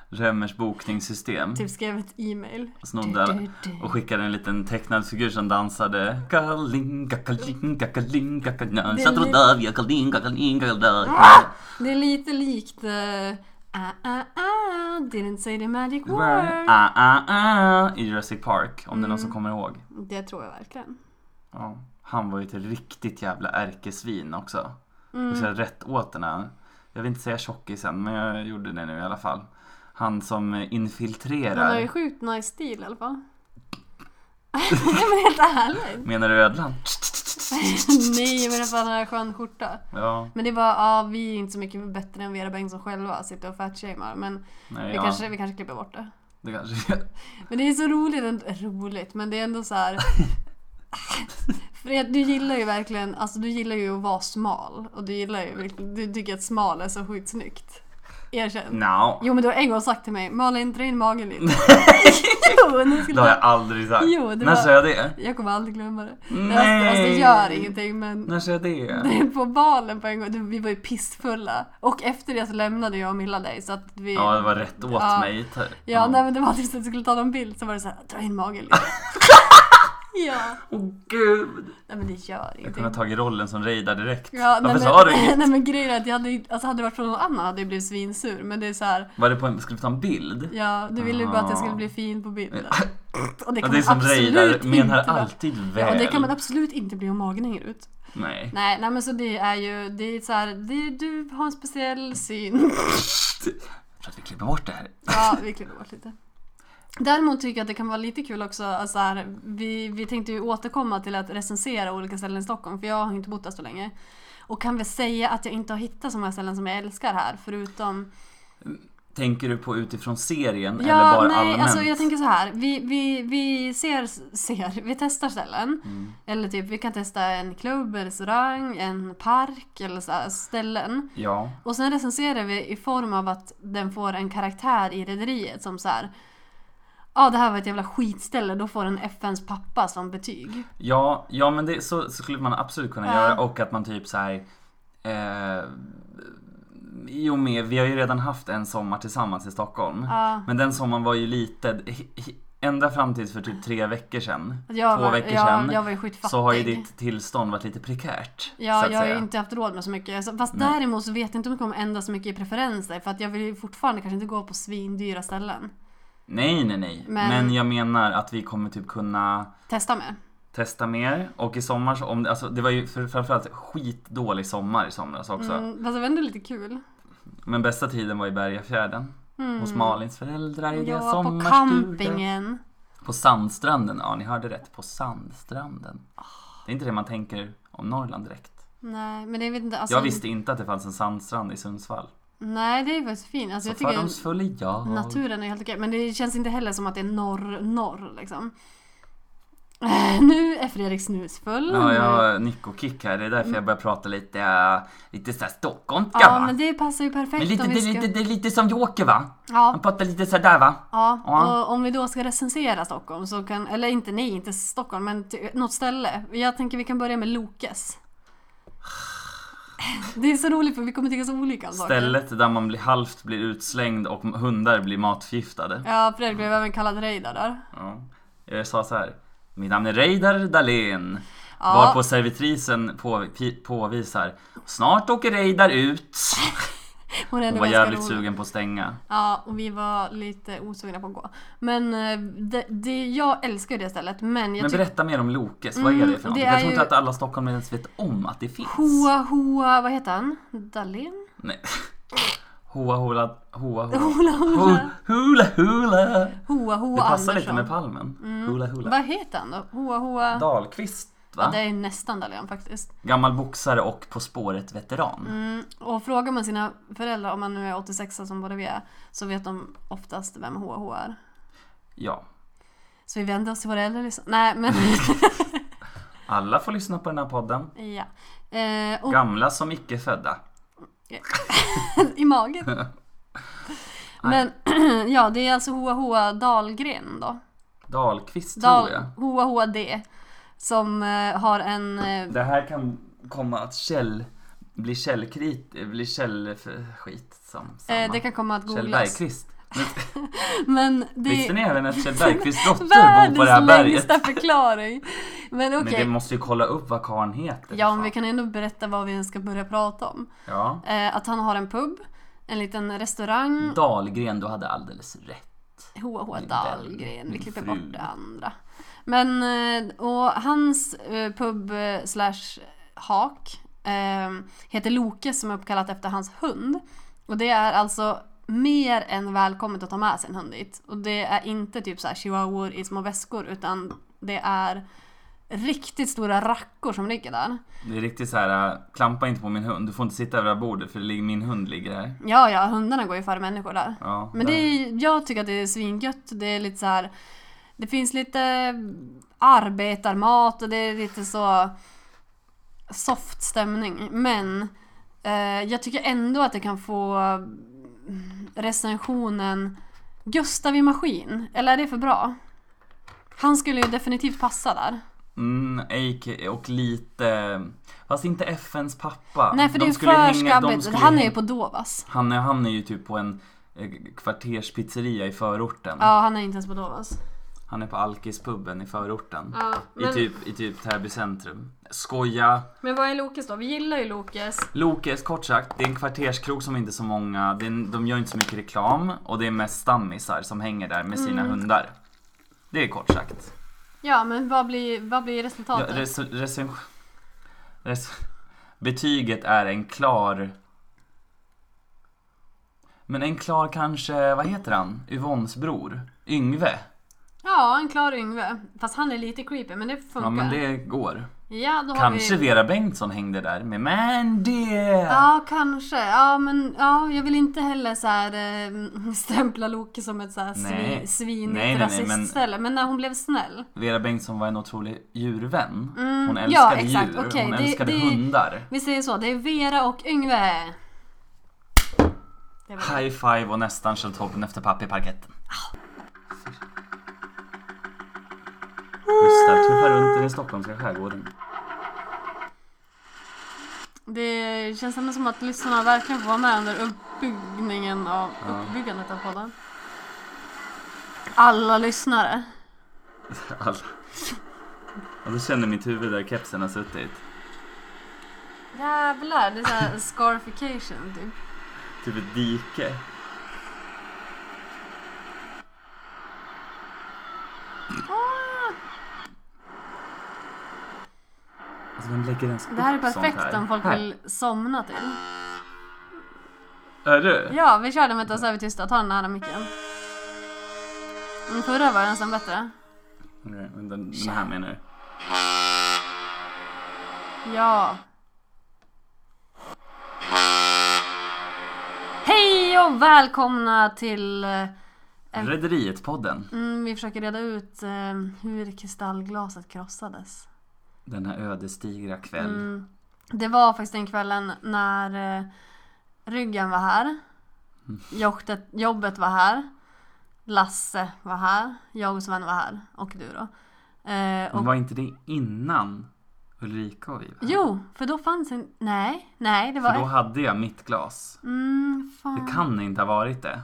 Speaker 1: Remmers bokningssystem.
Speaker 2: Typ skrev ett e-mail.
Speaker 1: Snodde alla- Och skickade en liten tecknad figur som dansade Kaling, kakaling, kakaling, kakaling Satrodavia, kaling, kakaling, kakaling
Speaker 2: Ah, Det är lite likt eh, ah, ah, ah, didn't say the magic word. Mm.
Speaker 1: Ah, ah, ah I Jurassic Park, om det är någon som kommer ihåg
Speaker 2: Det tror jag verkligen.
Speaker 1: ja. Han var ju ett riktigt jävla ärkesvin också
Speaker 2: Mm.
Speaker 1: Jag ska rätt åt den här Jag vill inte säga tjockisen, men jag gjorde det nu i alla fall Han som
Speaker 2: Han har ju
Speaker 1: infiltrerar
Speaker 2: sjukt nice stil i alla fall. Nej men helt ärligt.
Speaker 1: Menar du ödlan?
Speaker 2: Nej men fan han har en skön skjorta.
Speaker 1: Ja,
Speaker 2: Men det var, ja vi är inte så mycket bättre än Vera Bengtsson själva, sitter och fatshamar. Men
Speaker 1: nej,
Speaker 2: vi,
Speaker 1: ja.
Speaker 2: kanske, vi kanske klipper bort det.
Speaker 1: Det kanske
Speaker 2: Men det är så roligt, ändå- roligt men det är ändå så här. Fred, du gillar ju verkligen, alltså du gillar ju att vara smal och du gillar ju, verkligen- du tycker att smal är så sjukt snyggt.
Speaker 1: Mm.
Speaker 2: Erkänn.
Speaker 1: No.
Speaker 2: Jo men du har en gång sagt till mig, Malin dra in magen lite. jo, nu
Speaker 1: Det
Speaker 2: skulle
Speaker 1: har jag
Speaker 2: jag...
Speaker 1: aldrig sagt.
Speaker 2: Jo, det
Speaker 1: När
Speaker 2: var-
Speaker 1: sa jag det?
Speaker 2: jag kommer aldrig glömma det.
Speaker 1: Nej.
Speaker 2: Alltså, det gör ingenting men
Speaker 1: När sa jag det?
Speaker 2: det på balen på en gång, du, vi var ju pissfulla. Och efter det så lämnade jag och Milla dig så att vi...
Speaker 1: Ja, det var Mm. rätt åt
Speaker 2: Ja.
Speaker 1: mig. Ja,
Speaker 2: Ja, nej men det var typ så att vi skulle ta någon bild så var det så här, dra in magen lite. ja,
Speaker 1: Åh gud!
Speaker 2: nej men det gör
Speaker 1: Jag
Speaker 2: ingenting.
Speaker 1: kunde ha tagit rollen som Reidar direkt.
Speaker 2: Ja,
Speaker 1: Varför
Speaker 2: nej,
Speaker 1: sa du
Speaker 2: men,
Speaker 1: inget?
Speaker 2: nej men grejen är att jag hade, ju- alltså, hade det varit från någon annan hade jag blivit svinsur. Men det är så här,
Speaker 1: Var det på en, skulle vi ta en bild?
Speaker 2: ja du ville ju bara att jag skulle
Speaker 1: Ah.
Speaker 2: bli fin på bilden. Och
Speaker 1: Ja,
Speaker 2: kan
Speaker 1: det är
Speaker 2: man
Speaker 1: som
Speaker 2: absolut
Speaker 1: Reidar menar
Speaker 2: inte vara.
Speaker 1: alltid väl.
Speaker 2: Ja, och det kan man absolut inte bli om magen hänger ut.
Speaker 1: Nej.
Speaker 2: Nej, nej men så det är ju, det är så här, det, du har en speciell syn.
Speaker 1: Jag tror att vi klipper bort det här.
Speaker 2: Ja, vi klipper bort lite. Däremot tycker jag att det kan vara lite kul också, alltså så här, vi, vi tänkte ju återkomma till att recensera olika ställen i Stockholm, för jag har inte bott där så länge. Och kan väl säga att jag inte har hittat så många ställen som jag älskar här, förutom...
Speaker 1: Tänker du på utifrån serien
Speaker 2: Ja,
Speaker 1: eller bara
Speaker 2: nej,
Speaker 1: allmänt?
Speaker 2: alltså jag tänker så här, vi, vi, vi ser, ser, vi testar ställen.
Speaker 1: Mm.
Speaker 2: Eller typ, vi kan testa en klubb, en restaurang, en park eller så här, ställen.
Speaker 1: Ja.
Speaker 2: Och sen recenserar vi i form av att den får en karaktär i Rederiet som så här. Ja, det här var ett jävla skitställe. Då får den FNs pappa som betyg.
Speaker 1: Ja, ja men det, så, så skulle man absolut kunna
Speaker 2: Ja.
Speaker 1: göra och att man typ så här. Eh, jo med, vi har ju redan haft en sommar tillsammans i Stockholm.
Speaker 2: Ja.
Speaker 1: Men den sommaren var ju lite, he- he- ända fram tills för typ tre veckor sedan.
Speaker 2: Att Jag
Speaker 1: två
Speaker 2: var,
Speaker 1: veckor
Speaker 2: jag,
Speaker 1: sedan.
Speaker 2: Jag var ju skitfattig.
Speaker 1: så har ju ditt tillstånd varit lite prekärt. så
Speaker 2: Ja,
Speaker 1: att
Speaker 2: jag har ju
Speaker 1: säga.
Speaker 2: inte haft råd med så mycket. Så- Fast
Speaker 1: Nej.
Speaker 2: däremot så vet jag inte om det kommer ändra så mycket i preferenser. För att jag vill ju fortfarande kanske inte gå på svindyra ställen.
Speaker 1: Nej, nej, nej.
Speaker 2: Men-
Speaker 1: Men... jag menar att vi kommer typ kunna
Speaker 2: Testa med.
Speaker 1: testa mer. Och i sommar, så om, alltså, det var ju för- framförallt skitdålig sommar i somras också.
Speaker 2: Mm, fast det var ändå lite kul.
Speaker 1: Men bästa tiden var i Bergafjärden.
Speaker 2: Mm.
Speaker 1: Hos Malins föräldrar i deras
Speaker 2: Ja, på
Speaker 1: sommarstuga.
Speaker 2: campingen.
Speaker 1: På sandstranden, ja ni hörde rätt. På sandstranden. Det är inte det man tänker om Norrland direkt.
Speaker 2: Nej, men det vet inte. Alltså,
Speaker 1: Jag visste inte att det fanns en sandstrand i Sundsvall.
Speaker 2: Nej, det är faktiskt fint. Alltså,
Speaker 1: Så
Speaker 2: jag tycker
Speaker 1: fördomsfull är jag.
Speaker 2: Naturen är helt okej, men det känns inte heller som att det är norr, norr liksom. Eh, Nu är Fredrik snusfull.
Speaker 1: Ja, jag har nickokick här. Det är därför jag börjar prata lite, äh, lite såhär stockholmska
Speaker 2: Ja,
Speaker 1: va.
Speaker 2: men det passar ju perfekt
Speaker 1: Men lite,
Speaker 2: om
Speaker 1: det,
Speaker 2: vi ska...
Speaker 1: är lite, det är lite som Joker va? Han
Speaker 2: Ja,
Speaker 1: pratar lite sådär va?
Speaker 2: ja.
Speaker 1: Ja.
Speaker 2: Och om vi då ska recensera Stockholm så kan, eller inte nej, inte Stockholm, men ty- något ställe. Jag tänker vi kan börja med Lokes. Det är så roligt för vi kommer tycka så olika om saker.
Speaker 1: Stället där man blir halvt blir utslängd och hundar blir matförgiftade.
Speaker 2: Ja, Fredrik blev även kallad Reidar där.
Speaker 1: Ja. Jag sa så här. Mitt namn är Reidar Dahlén.
Speaker 2: Ja.
Speaker 1: Varpå servitrisen på, pi- påvisar. Snart åker Reidar ut.
Speaker 2: Hon är
Speaker 1: Hon
Speaker 2: ändå
Speaker 1: var
Speaker 2: ganska
Speaker 1: jävligt
Speaker 2: rolig.
Speaker 1: sugen på att stänga.
Speaker 2: Ja, och vi var lite osugna på att gå. Men eh, det, det, jag älskar ju det stället, men jag
Speaker 1: Men
Speaker 2: tycker...
Speaker 1: berätta mer om Lokes.
Speaker 2: Mm,
Speaker 1: Vad är det för något?
Speaker 2: det
Speaker 1: Jag
Speaker 2: är
Speaker 1: tror inte
Speaker 2: ju-
Speaker 1: att alla stockholmare ens vet om att det finns.
Speaker 2: Hoa Hoa, vad heter han? Dahlén?
Speaker 1: Nej. Hoa hula... Hoa hula...
Speaker 2: Hula Hula.
Speaker 1: Hu- Hula hula!
Speaker 2: Hoa
Speaker 1: Det
Speaker 2: Hoa
Speaker 1: passar
Speaker 2: Andersson.
Speaker 1: lite med palmen.
Speaker 2: Mm.
Speaker 1: Hula hula.
Speaker 2: Vad heter han då? Hoa Hoa...
Speaker 1: Dahlqvist
Speaker 2: Ja,
Speaker 1: va?
Speaker 2: det är nästan Dahlén faktiskt.
Speaker 1: Gammal boxare och På spåret veteran.
Speaker 2: Mm, och frågar man sina föräldrar, om man nu är 86 som både vi är, så vet de oftast vem Hoa Hoa är.
Speaker 1: Ja.
Speaker 2: Så vi vänder oss till våra äldre liksom. Nej, men...
Speaker 1: Alla får lyssna på den här podden.
Speaker 2: ja. Eh, och
Speaker 1: Gamla som icke födda.
Speaker 2: i magen. Men ja, det är alltså Hoa Hoa Dahlgren då.
Speaker 1: Dahlqvist
Speaker 2: Dal,
Speaker 1: tror jag.
Speaker 2: Hoa Hoa D. Som eh, har en... Eh,
Speaker 1: Det här kan komma att käll... Bli källkrit... Bli käll... Skit. Sam, samma.
Speaker 2: eh, det kan komma att
Speaker 1: Kjell
Speaker 2: googlas.
Speaker 1: Bergqvist.
Speaker 2: Men det
Speaker 1: Visste ni även att Kjell Bergqvists dotter bor på det här
Speaker 2: världens
Speaker 1: berget?
Speaker 2: längsta förklaring. Men
Speaker 1: Men
Speaker 2: okej.
Speaker 1: det måste ju kolla upp vad karln heter.
Speaker 2: Ja, men
Speaker 1: fan.
Speaker 2: vi kan ändå berätta vad vi ska börja prata om.
Speaker 1: ja.
Speaker 2: Eh, att han har en pub, en liten restaurang.
Speaker 1: Dahlgren, du hade alldeles rätt.
Speaker 2: Hoa Hoa
Speaker 1: Min
Speaker 2: Dahlgren.
Speaker 1: vän,
Speaker 2: Vi
Speaker 1: min
Speaker 2: klipper
Speaker 1: fru.
Speaker 2: bort det andra. Men, eh, och hans eh, pub eh, slash hak eh, heter Loke som är uppkallat efter hans hund. Och det är alltså mer än välkommet att ta med sin hund dit. Och det är inte typ så här chihuahuor i små väskor utan det är riktigt stora rackor som ligger där.
Speaker 1: Det är riktigt så här, äh, klampa inte på min hund. Du får inte sitta över det här bordet för det ligger- min hund ligger här.
Speaker 2: Ja, ja, hundarna går ju före människor där.
Speaker 1: Ja,
Speaker 2: Men
Speaker 1: där.
Speaker 2: det är, jag tycker att det är svingött. Det är lite så här. Det finns lite arbetarmat och det är lite så soft stämning. Men eh, jag tycker ändå att det kan få recensionen Gustav i maskin, eller är det för bra? Han skulle ju definitivt passa där.
Speaker 1: Mm, AK och lite... Fast inte FNs pappa.
Speaker 2: Nej för det är
Speaker 1: De
Speaker 2: ju
Speaker 1: skulle
Speaker 2: för
Speaker 1: hänga- de
Speaker 2: skabbigt.
Speaker 1: skulle
Speaker 2: Han är ju
Speaker 1: hänga-
Speaker 2: på Dovas.
Speaker 1: han, är, han är ju typ på en eh, kvarterspizzeria i förorten.
Speaker 2: Ja han är inte ens på Dovas.
Speaker 1: Han är på Alkis-puben i förorten.
Speaker 2: Ja,
Speaker 1: I
Speaker 2: men,
Speaker 1: typ, i typ Täby centrum. Skoja!
Speaker 2: men vad är Lokes då? Vi gillar ju Lokes.
Speaker 1: Lokes, kort sagt, det är en kvarterskrog som inte så många, det är, en- de gör inte så mycket reklam och det är mest stammisar som hänger där med
Speaker 2: Mm.
Speaker 1: sina hundar. Det är kort sagt.
Speaker 2: Ja men vad blir, vad blir
Speaker 1: Ja,
Speaker 2: resultatet?
Speaker 1: res, res, res, betyget är en klar... Men en klar kanske, vad heter han? Yvonnes bror? Yngve?
Speaker 2: Ja, en klar Yngve. Fast han är lite creepy, men det funkar.
Speaker 1: Ja men det går.
Speaker 2: Ja, då har
Speaker 1: Kanske
Speaker 2: vi...
Speaker 1: Vera Bengtsson hängde där med Mandy!
Speaker 2: Ja, kanske. Ja, men ja, jag vill inte heller så här, eh, stämpla Loki som ett så här svi,
Speaker 1: Nej.
Speaker 2: svinigt
Speaker 1: Nej, nej, nej,
Speaker 2: rasistställe. Men... när hon blev snäll.
Speaker 1: Vera Bengtsson var en otrolig djurvän.
Speaker 2: Mm,
Speaker 1: Hon
Speaker 2: ja,
Speaker 1: älskade
Speaker 2: exakt.
Speaker 1: djur,
Speaker 2: Okej,
Speaker 1: hon
Speaker 2: det-
Speaker 1: älskade
Speaker 2: det-
Speaker 1: hundar.
Speaker 2: Vi säger så, det är Vera och Yngve. Det var...
Speaker 1: High five och nästan sköt toppen efter papp i parketten.
Speaker 2: Ah.
Speaker 1: Gustav tuffar runt i den stockholmska skärgården.
Speaker 2: det känns ändå som att lyssnarna verkligen får vara med under uppbyggningen av,
Speaker 1: Ja.
Speaker 2: uppbyggandet av podden. Alla lyssnare.
Speaker 1: Alla. Och då känner mitt huvud där kepsen har suttit.
Speaker 2: Jävlar, det är så här scarification typ.
Speaker 1: Typ ett dike. Ah, Alltså vem lägger ens
Speaker 2: Det här är
Speaker 1: upp sånt
Speaker 2: perfekt
Speaker 1: här?
Speaker 2: om folk
Speaker 1: Här.
Speaker 2: vill somna till.
Speaker 1: Är du?
Speaker 2: Ja, vi kör den vänta så är vi tysta. Ta den nära micken. Den förra var nästan bättre.
Speaker 1: Okej, men Den, den här menar du?
Speaker 2: Ja. Hej och välkomna till... eh, En-
Speaker 1: Rederiet-podden.
Speaker 2: Mm, vi försöker reda ut eh, hur kristallglaset krossades.
Speaker 1: Denna ödesdigra kväll.
Speaker 2: Mm. Det var faktiskt den kvällen när eh, ryggen var här.
Speaker 1: Mm.
Speaker 2: Jobbet, jobbet var här. Lasse var här. Jag och Sven var här. Och du då. Eh,
Speaker 1: Men
Speaker 2: och
Speaker 1: var inte det innan Ulrika och vi var här?
Speaker 2: Jo, för då fanns en... Nej, nej, det var...
Speaker 1: För då hade jag mitt glas.
Speaker 2: Mm, fan.
Speaker 1: Det kan inte ha varit det.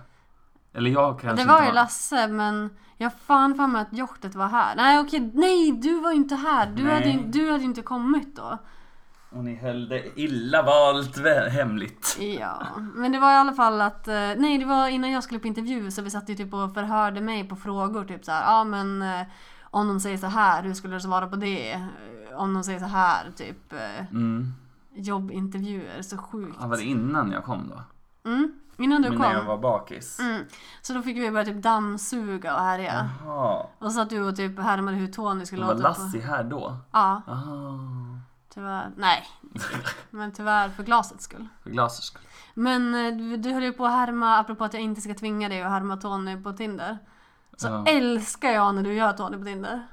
Speaker 1: Eller jag kanske
Speaker 2: Det var
Speaker 1: inte
Speaker 2: ju
Speaker 1: har-
Speaker 2: Lasse, men jag fan för mig att hjortet var här. Nej, okej, nej, du var ju inte här. Du
Speaker 1: Nej.
Speaker 2: hade, ju- du hade ju inte kommit då.
Speaker 1: Och ni höll det illa valt vä- hemligt.
Speaker 2: Ja, men det var i alla fall att... eh, Nej, det var innan jag skulle på intervju så vi satt ju typ och förhörde mig på frågor. Typ så här, ja men eh, om de säger så här, hur skulle du svara på det? Eh, Om de säger så här, typ eh,
Speaker 1: Mm.
Speaker 2: jobbintervjuer, så sjukt.
Speaker 1: Ja, var det innan jag kom då?
Speaker 2: Mm, innan du
Speaker 1: Men
Speaker 2: kom.
Speaker 1: när jag var bakis?
Speaker 2: Mm. Så då fick vi börja typ dammsuga och härja.
Speaker 1: Jaha.
Speaker 2: Och så att du och typ härmade hur Tony skulle
Speaker 1: Var
Speaker 2: låta.
Speaker 1: Lassie här då?
Speaker 2: Ja,
Speaker 1: Ah.
Speaker 2: tyvärr. Nej, men tyvärr för glasets skull.
Speaker 1: För glasers skull.
Speaker 2: Men eh, du, du höll ju på att härma, apropå att jag inte ska tvinga dig att härma Tony på Tinder. Så
Speaker 1: Ja.
Speaker 2: älskar jag när du gör Tony på Tinder.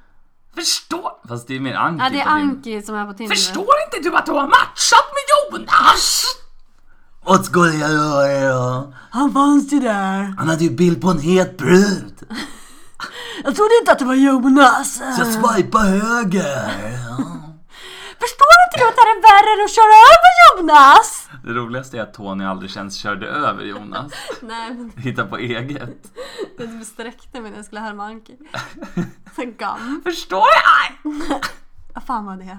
Speaker 1: Förstå! Fast det är mer Anki
Speaker 2: Ja, det
Speaker 1: på
Speaker 2: är
Speaker 1: din-
Speaker 2: Anki som är på Tinder.
Speaker 1: Förstår inte du att du har matchat med Jonas? Vad skulle jag göra?
Speaker 2: Han fanns ju där.
Speaker 1: Han hade ju bild på en het brud.
Speaker 2: Jag trodde inte att det var Jonas.
Speaker 1: Jag swipar höger.
Speaker 2: Förstår inte du att det här är värre än att köra över Jonas?
Speaker 1: Det roligaste är att Tony aldrig känns körde över Jonas.
Speaker 2: Nej, men
Speaker 1: Hitta på eget.
Speaker 2: jag typ sträckte mig när jag skulle härma Anki. Så gam.
Speaker 1: Förstår jag?
Speaker 2: Vad fan var det?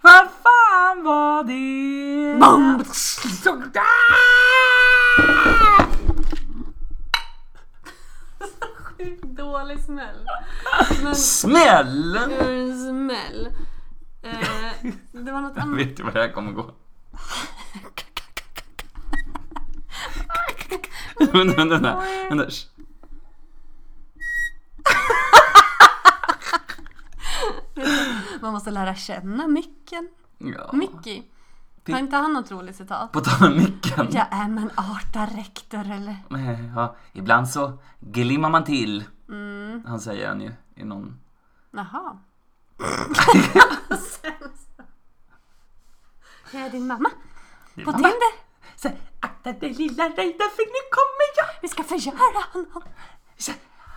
Speaker 1: Vad fan var det?
Speaker 2: Bam! Dålig smäll. Men
Speaker 1: Smäll!
Speaker 2: det var en smäll. Eh, det var något
Speaker 1: Jag
Speaker 2: annat.
Speaker 1: vet ju vad det här kommer gå. Vänta, vänta, vänta. vänta. sh-
Speaker 2: Man måste lära känna micken.
Speaker 1: Ja.
Speaker 2: Mickey. Har inte han något roligt citat?
Speaker 1: På tal om micken.
Speaker 2: Jag är men arta rektor eller?
Speaker 1: Nej, Ja, ibland så glimmar man till.
Speaker 2: Mm,
Speaker 1: Han säger han ju i någon...
Speaker 2: jaha. Jag är din mamma. På
Speaker 1: Mamma,
Speaker 2: Tinder.
Speaker 1: så, akta dig lilla Reidar för nu kommer
Speaker 2: Vi ska förgöra honom!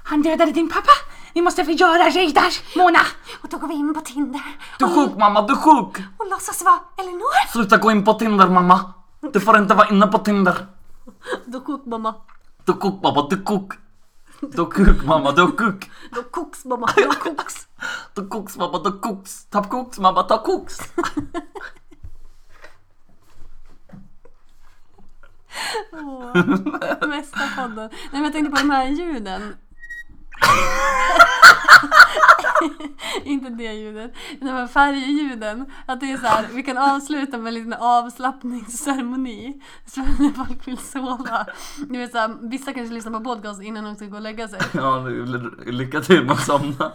Speaker 3: Han dödade din pappa! Ni måste förgöra Reidar, Mona!
Speaker 2: Och då går vi in på Tinder
Speaker 1: Du är sjuk mamma, du är sjuk!
Speaker 2: och låtsas vara Elinor.
Speaker 1: Sluta gå in på Tinder mamma! Du får inte vara inne på Tinder!
Speaker 2: Då koks mamma.
Speaker 1: Du är sjuk mamma, du är sjuk! Du är sjuk mamma, du är sjuk!
Speaker 2: Då koks mamma. Då koks.
Speaker 1: Du är koks mamma, du är koks! Ta koks mamma, ta koks!
Speaker 2: Åh, Bästa podden. Nej men jag tänkte på de här ljuden. Inte det ljudet. De här färgljuden. Att det är så här, vi kan avsluta med en liten avslappningsceremoni. Så när folk vill sova. Du vet så här, vissa kanske lyssnar på podcast innan de ska gå och lägga sig.
Speaker 1: Ja, nu, ly- lycka till med att somna.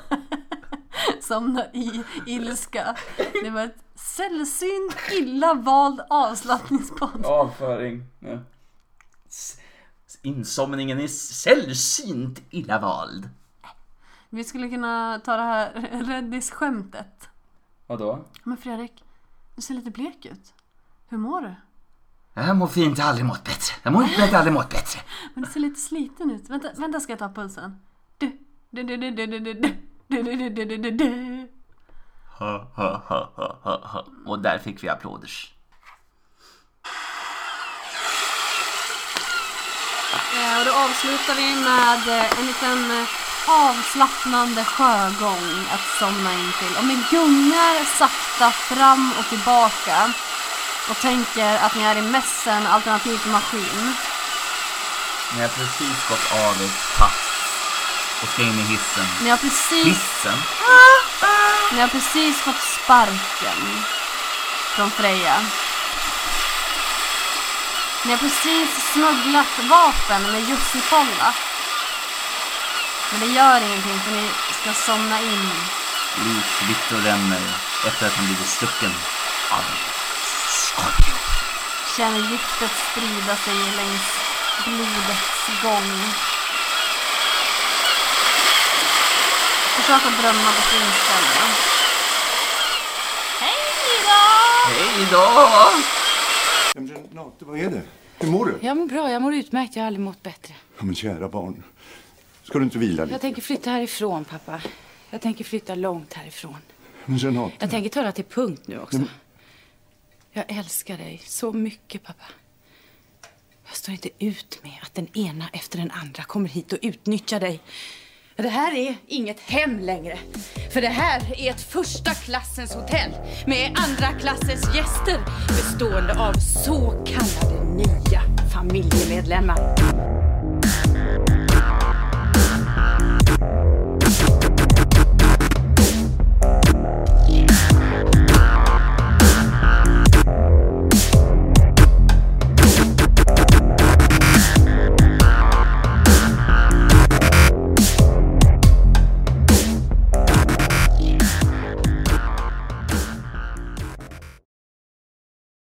Speaker 2: Somna i ilska. Det var ett sällsynt illa vald avslappningspodd.
Speaker 1: Avföring. Ja. S- Insomningen är sällsynt illa vald.
Speaker 2: Vi skulle kunna ta det här Reddis-skämtet.
Speaker 1: Vadå?
Speaker 2: Men Fredrik, du ser lite blek ut. Hur mår du?
Speaker 1: Jag mår fint, jag har aldrig mått bättre. Jag mår inte, jag har aldrig mått bättre.
Speaker 2: Men du ser lite sliten ut. Vänta, vänta ska jag ta pulsen. Du, du, du, du, du, du, du, du, du, du, du, du, du, du.
Speaker 1: Ha, ha, ha, ha, ha, ha. Och där fick vi applåders.
Speaker 2: Eh, Och då avslutar vi med eh, en liten eh, avslappnande sjögång att somna in till. Om ni gungar sakta fram och tillbaka och tänker att ni är i mässen alternativt maskin.
Speaker 1: När jag precis gått av ett pass och ska in i hissen.
Speaker 2: Ni har precis
Speaker 1: Hissen?
Speaker 2: Ni har precis fått sparken från Freja. Ni har precis smugglat vapen med Jussifonna. Men det gör ingenting för ni ska somna in.
Speaker 1: Lik Viktor Renner efter att han blivit stucken av en skorpion.
Speaker 2: Känner giftet sprida sig längs blodets gång. Försök att drömma på finska nu. Hej då!
Speaker 1: Hej då!
Speaker 4: Ja, men Renate, vad är det? Hur mår du? Ja.
Speaker 5: Ja, men bra. Jag mår utmärkt. Jag har aldrig mått bättre.
Speaker 4: men kära barn, ska du inte vila lite?
Speaker 5: Jag tänker flytta härifrån, pappa. Jag tänker flytta långt härifrån.
Speaker 4: Men Renate,
Speaker 5: Jag tänker ta det här till punkt nu också.
Speaker 4: Mm.
Speaker 5: Jag älskar dig så mycket, pappa. Jag står inte ut med att den ena efter den andra kommer hit och utnyttjar dig. Det här är inget hem längre. För det här är ett första klassens hotell med andra klassens gäster bestående av så kallade nya familjemedlemmar.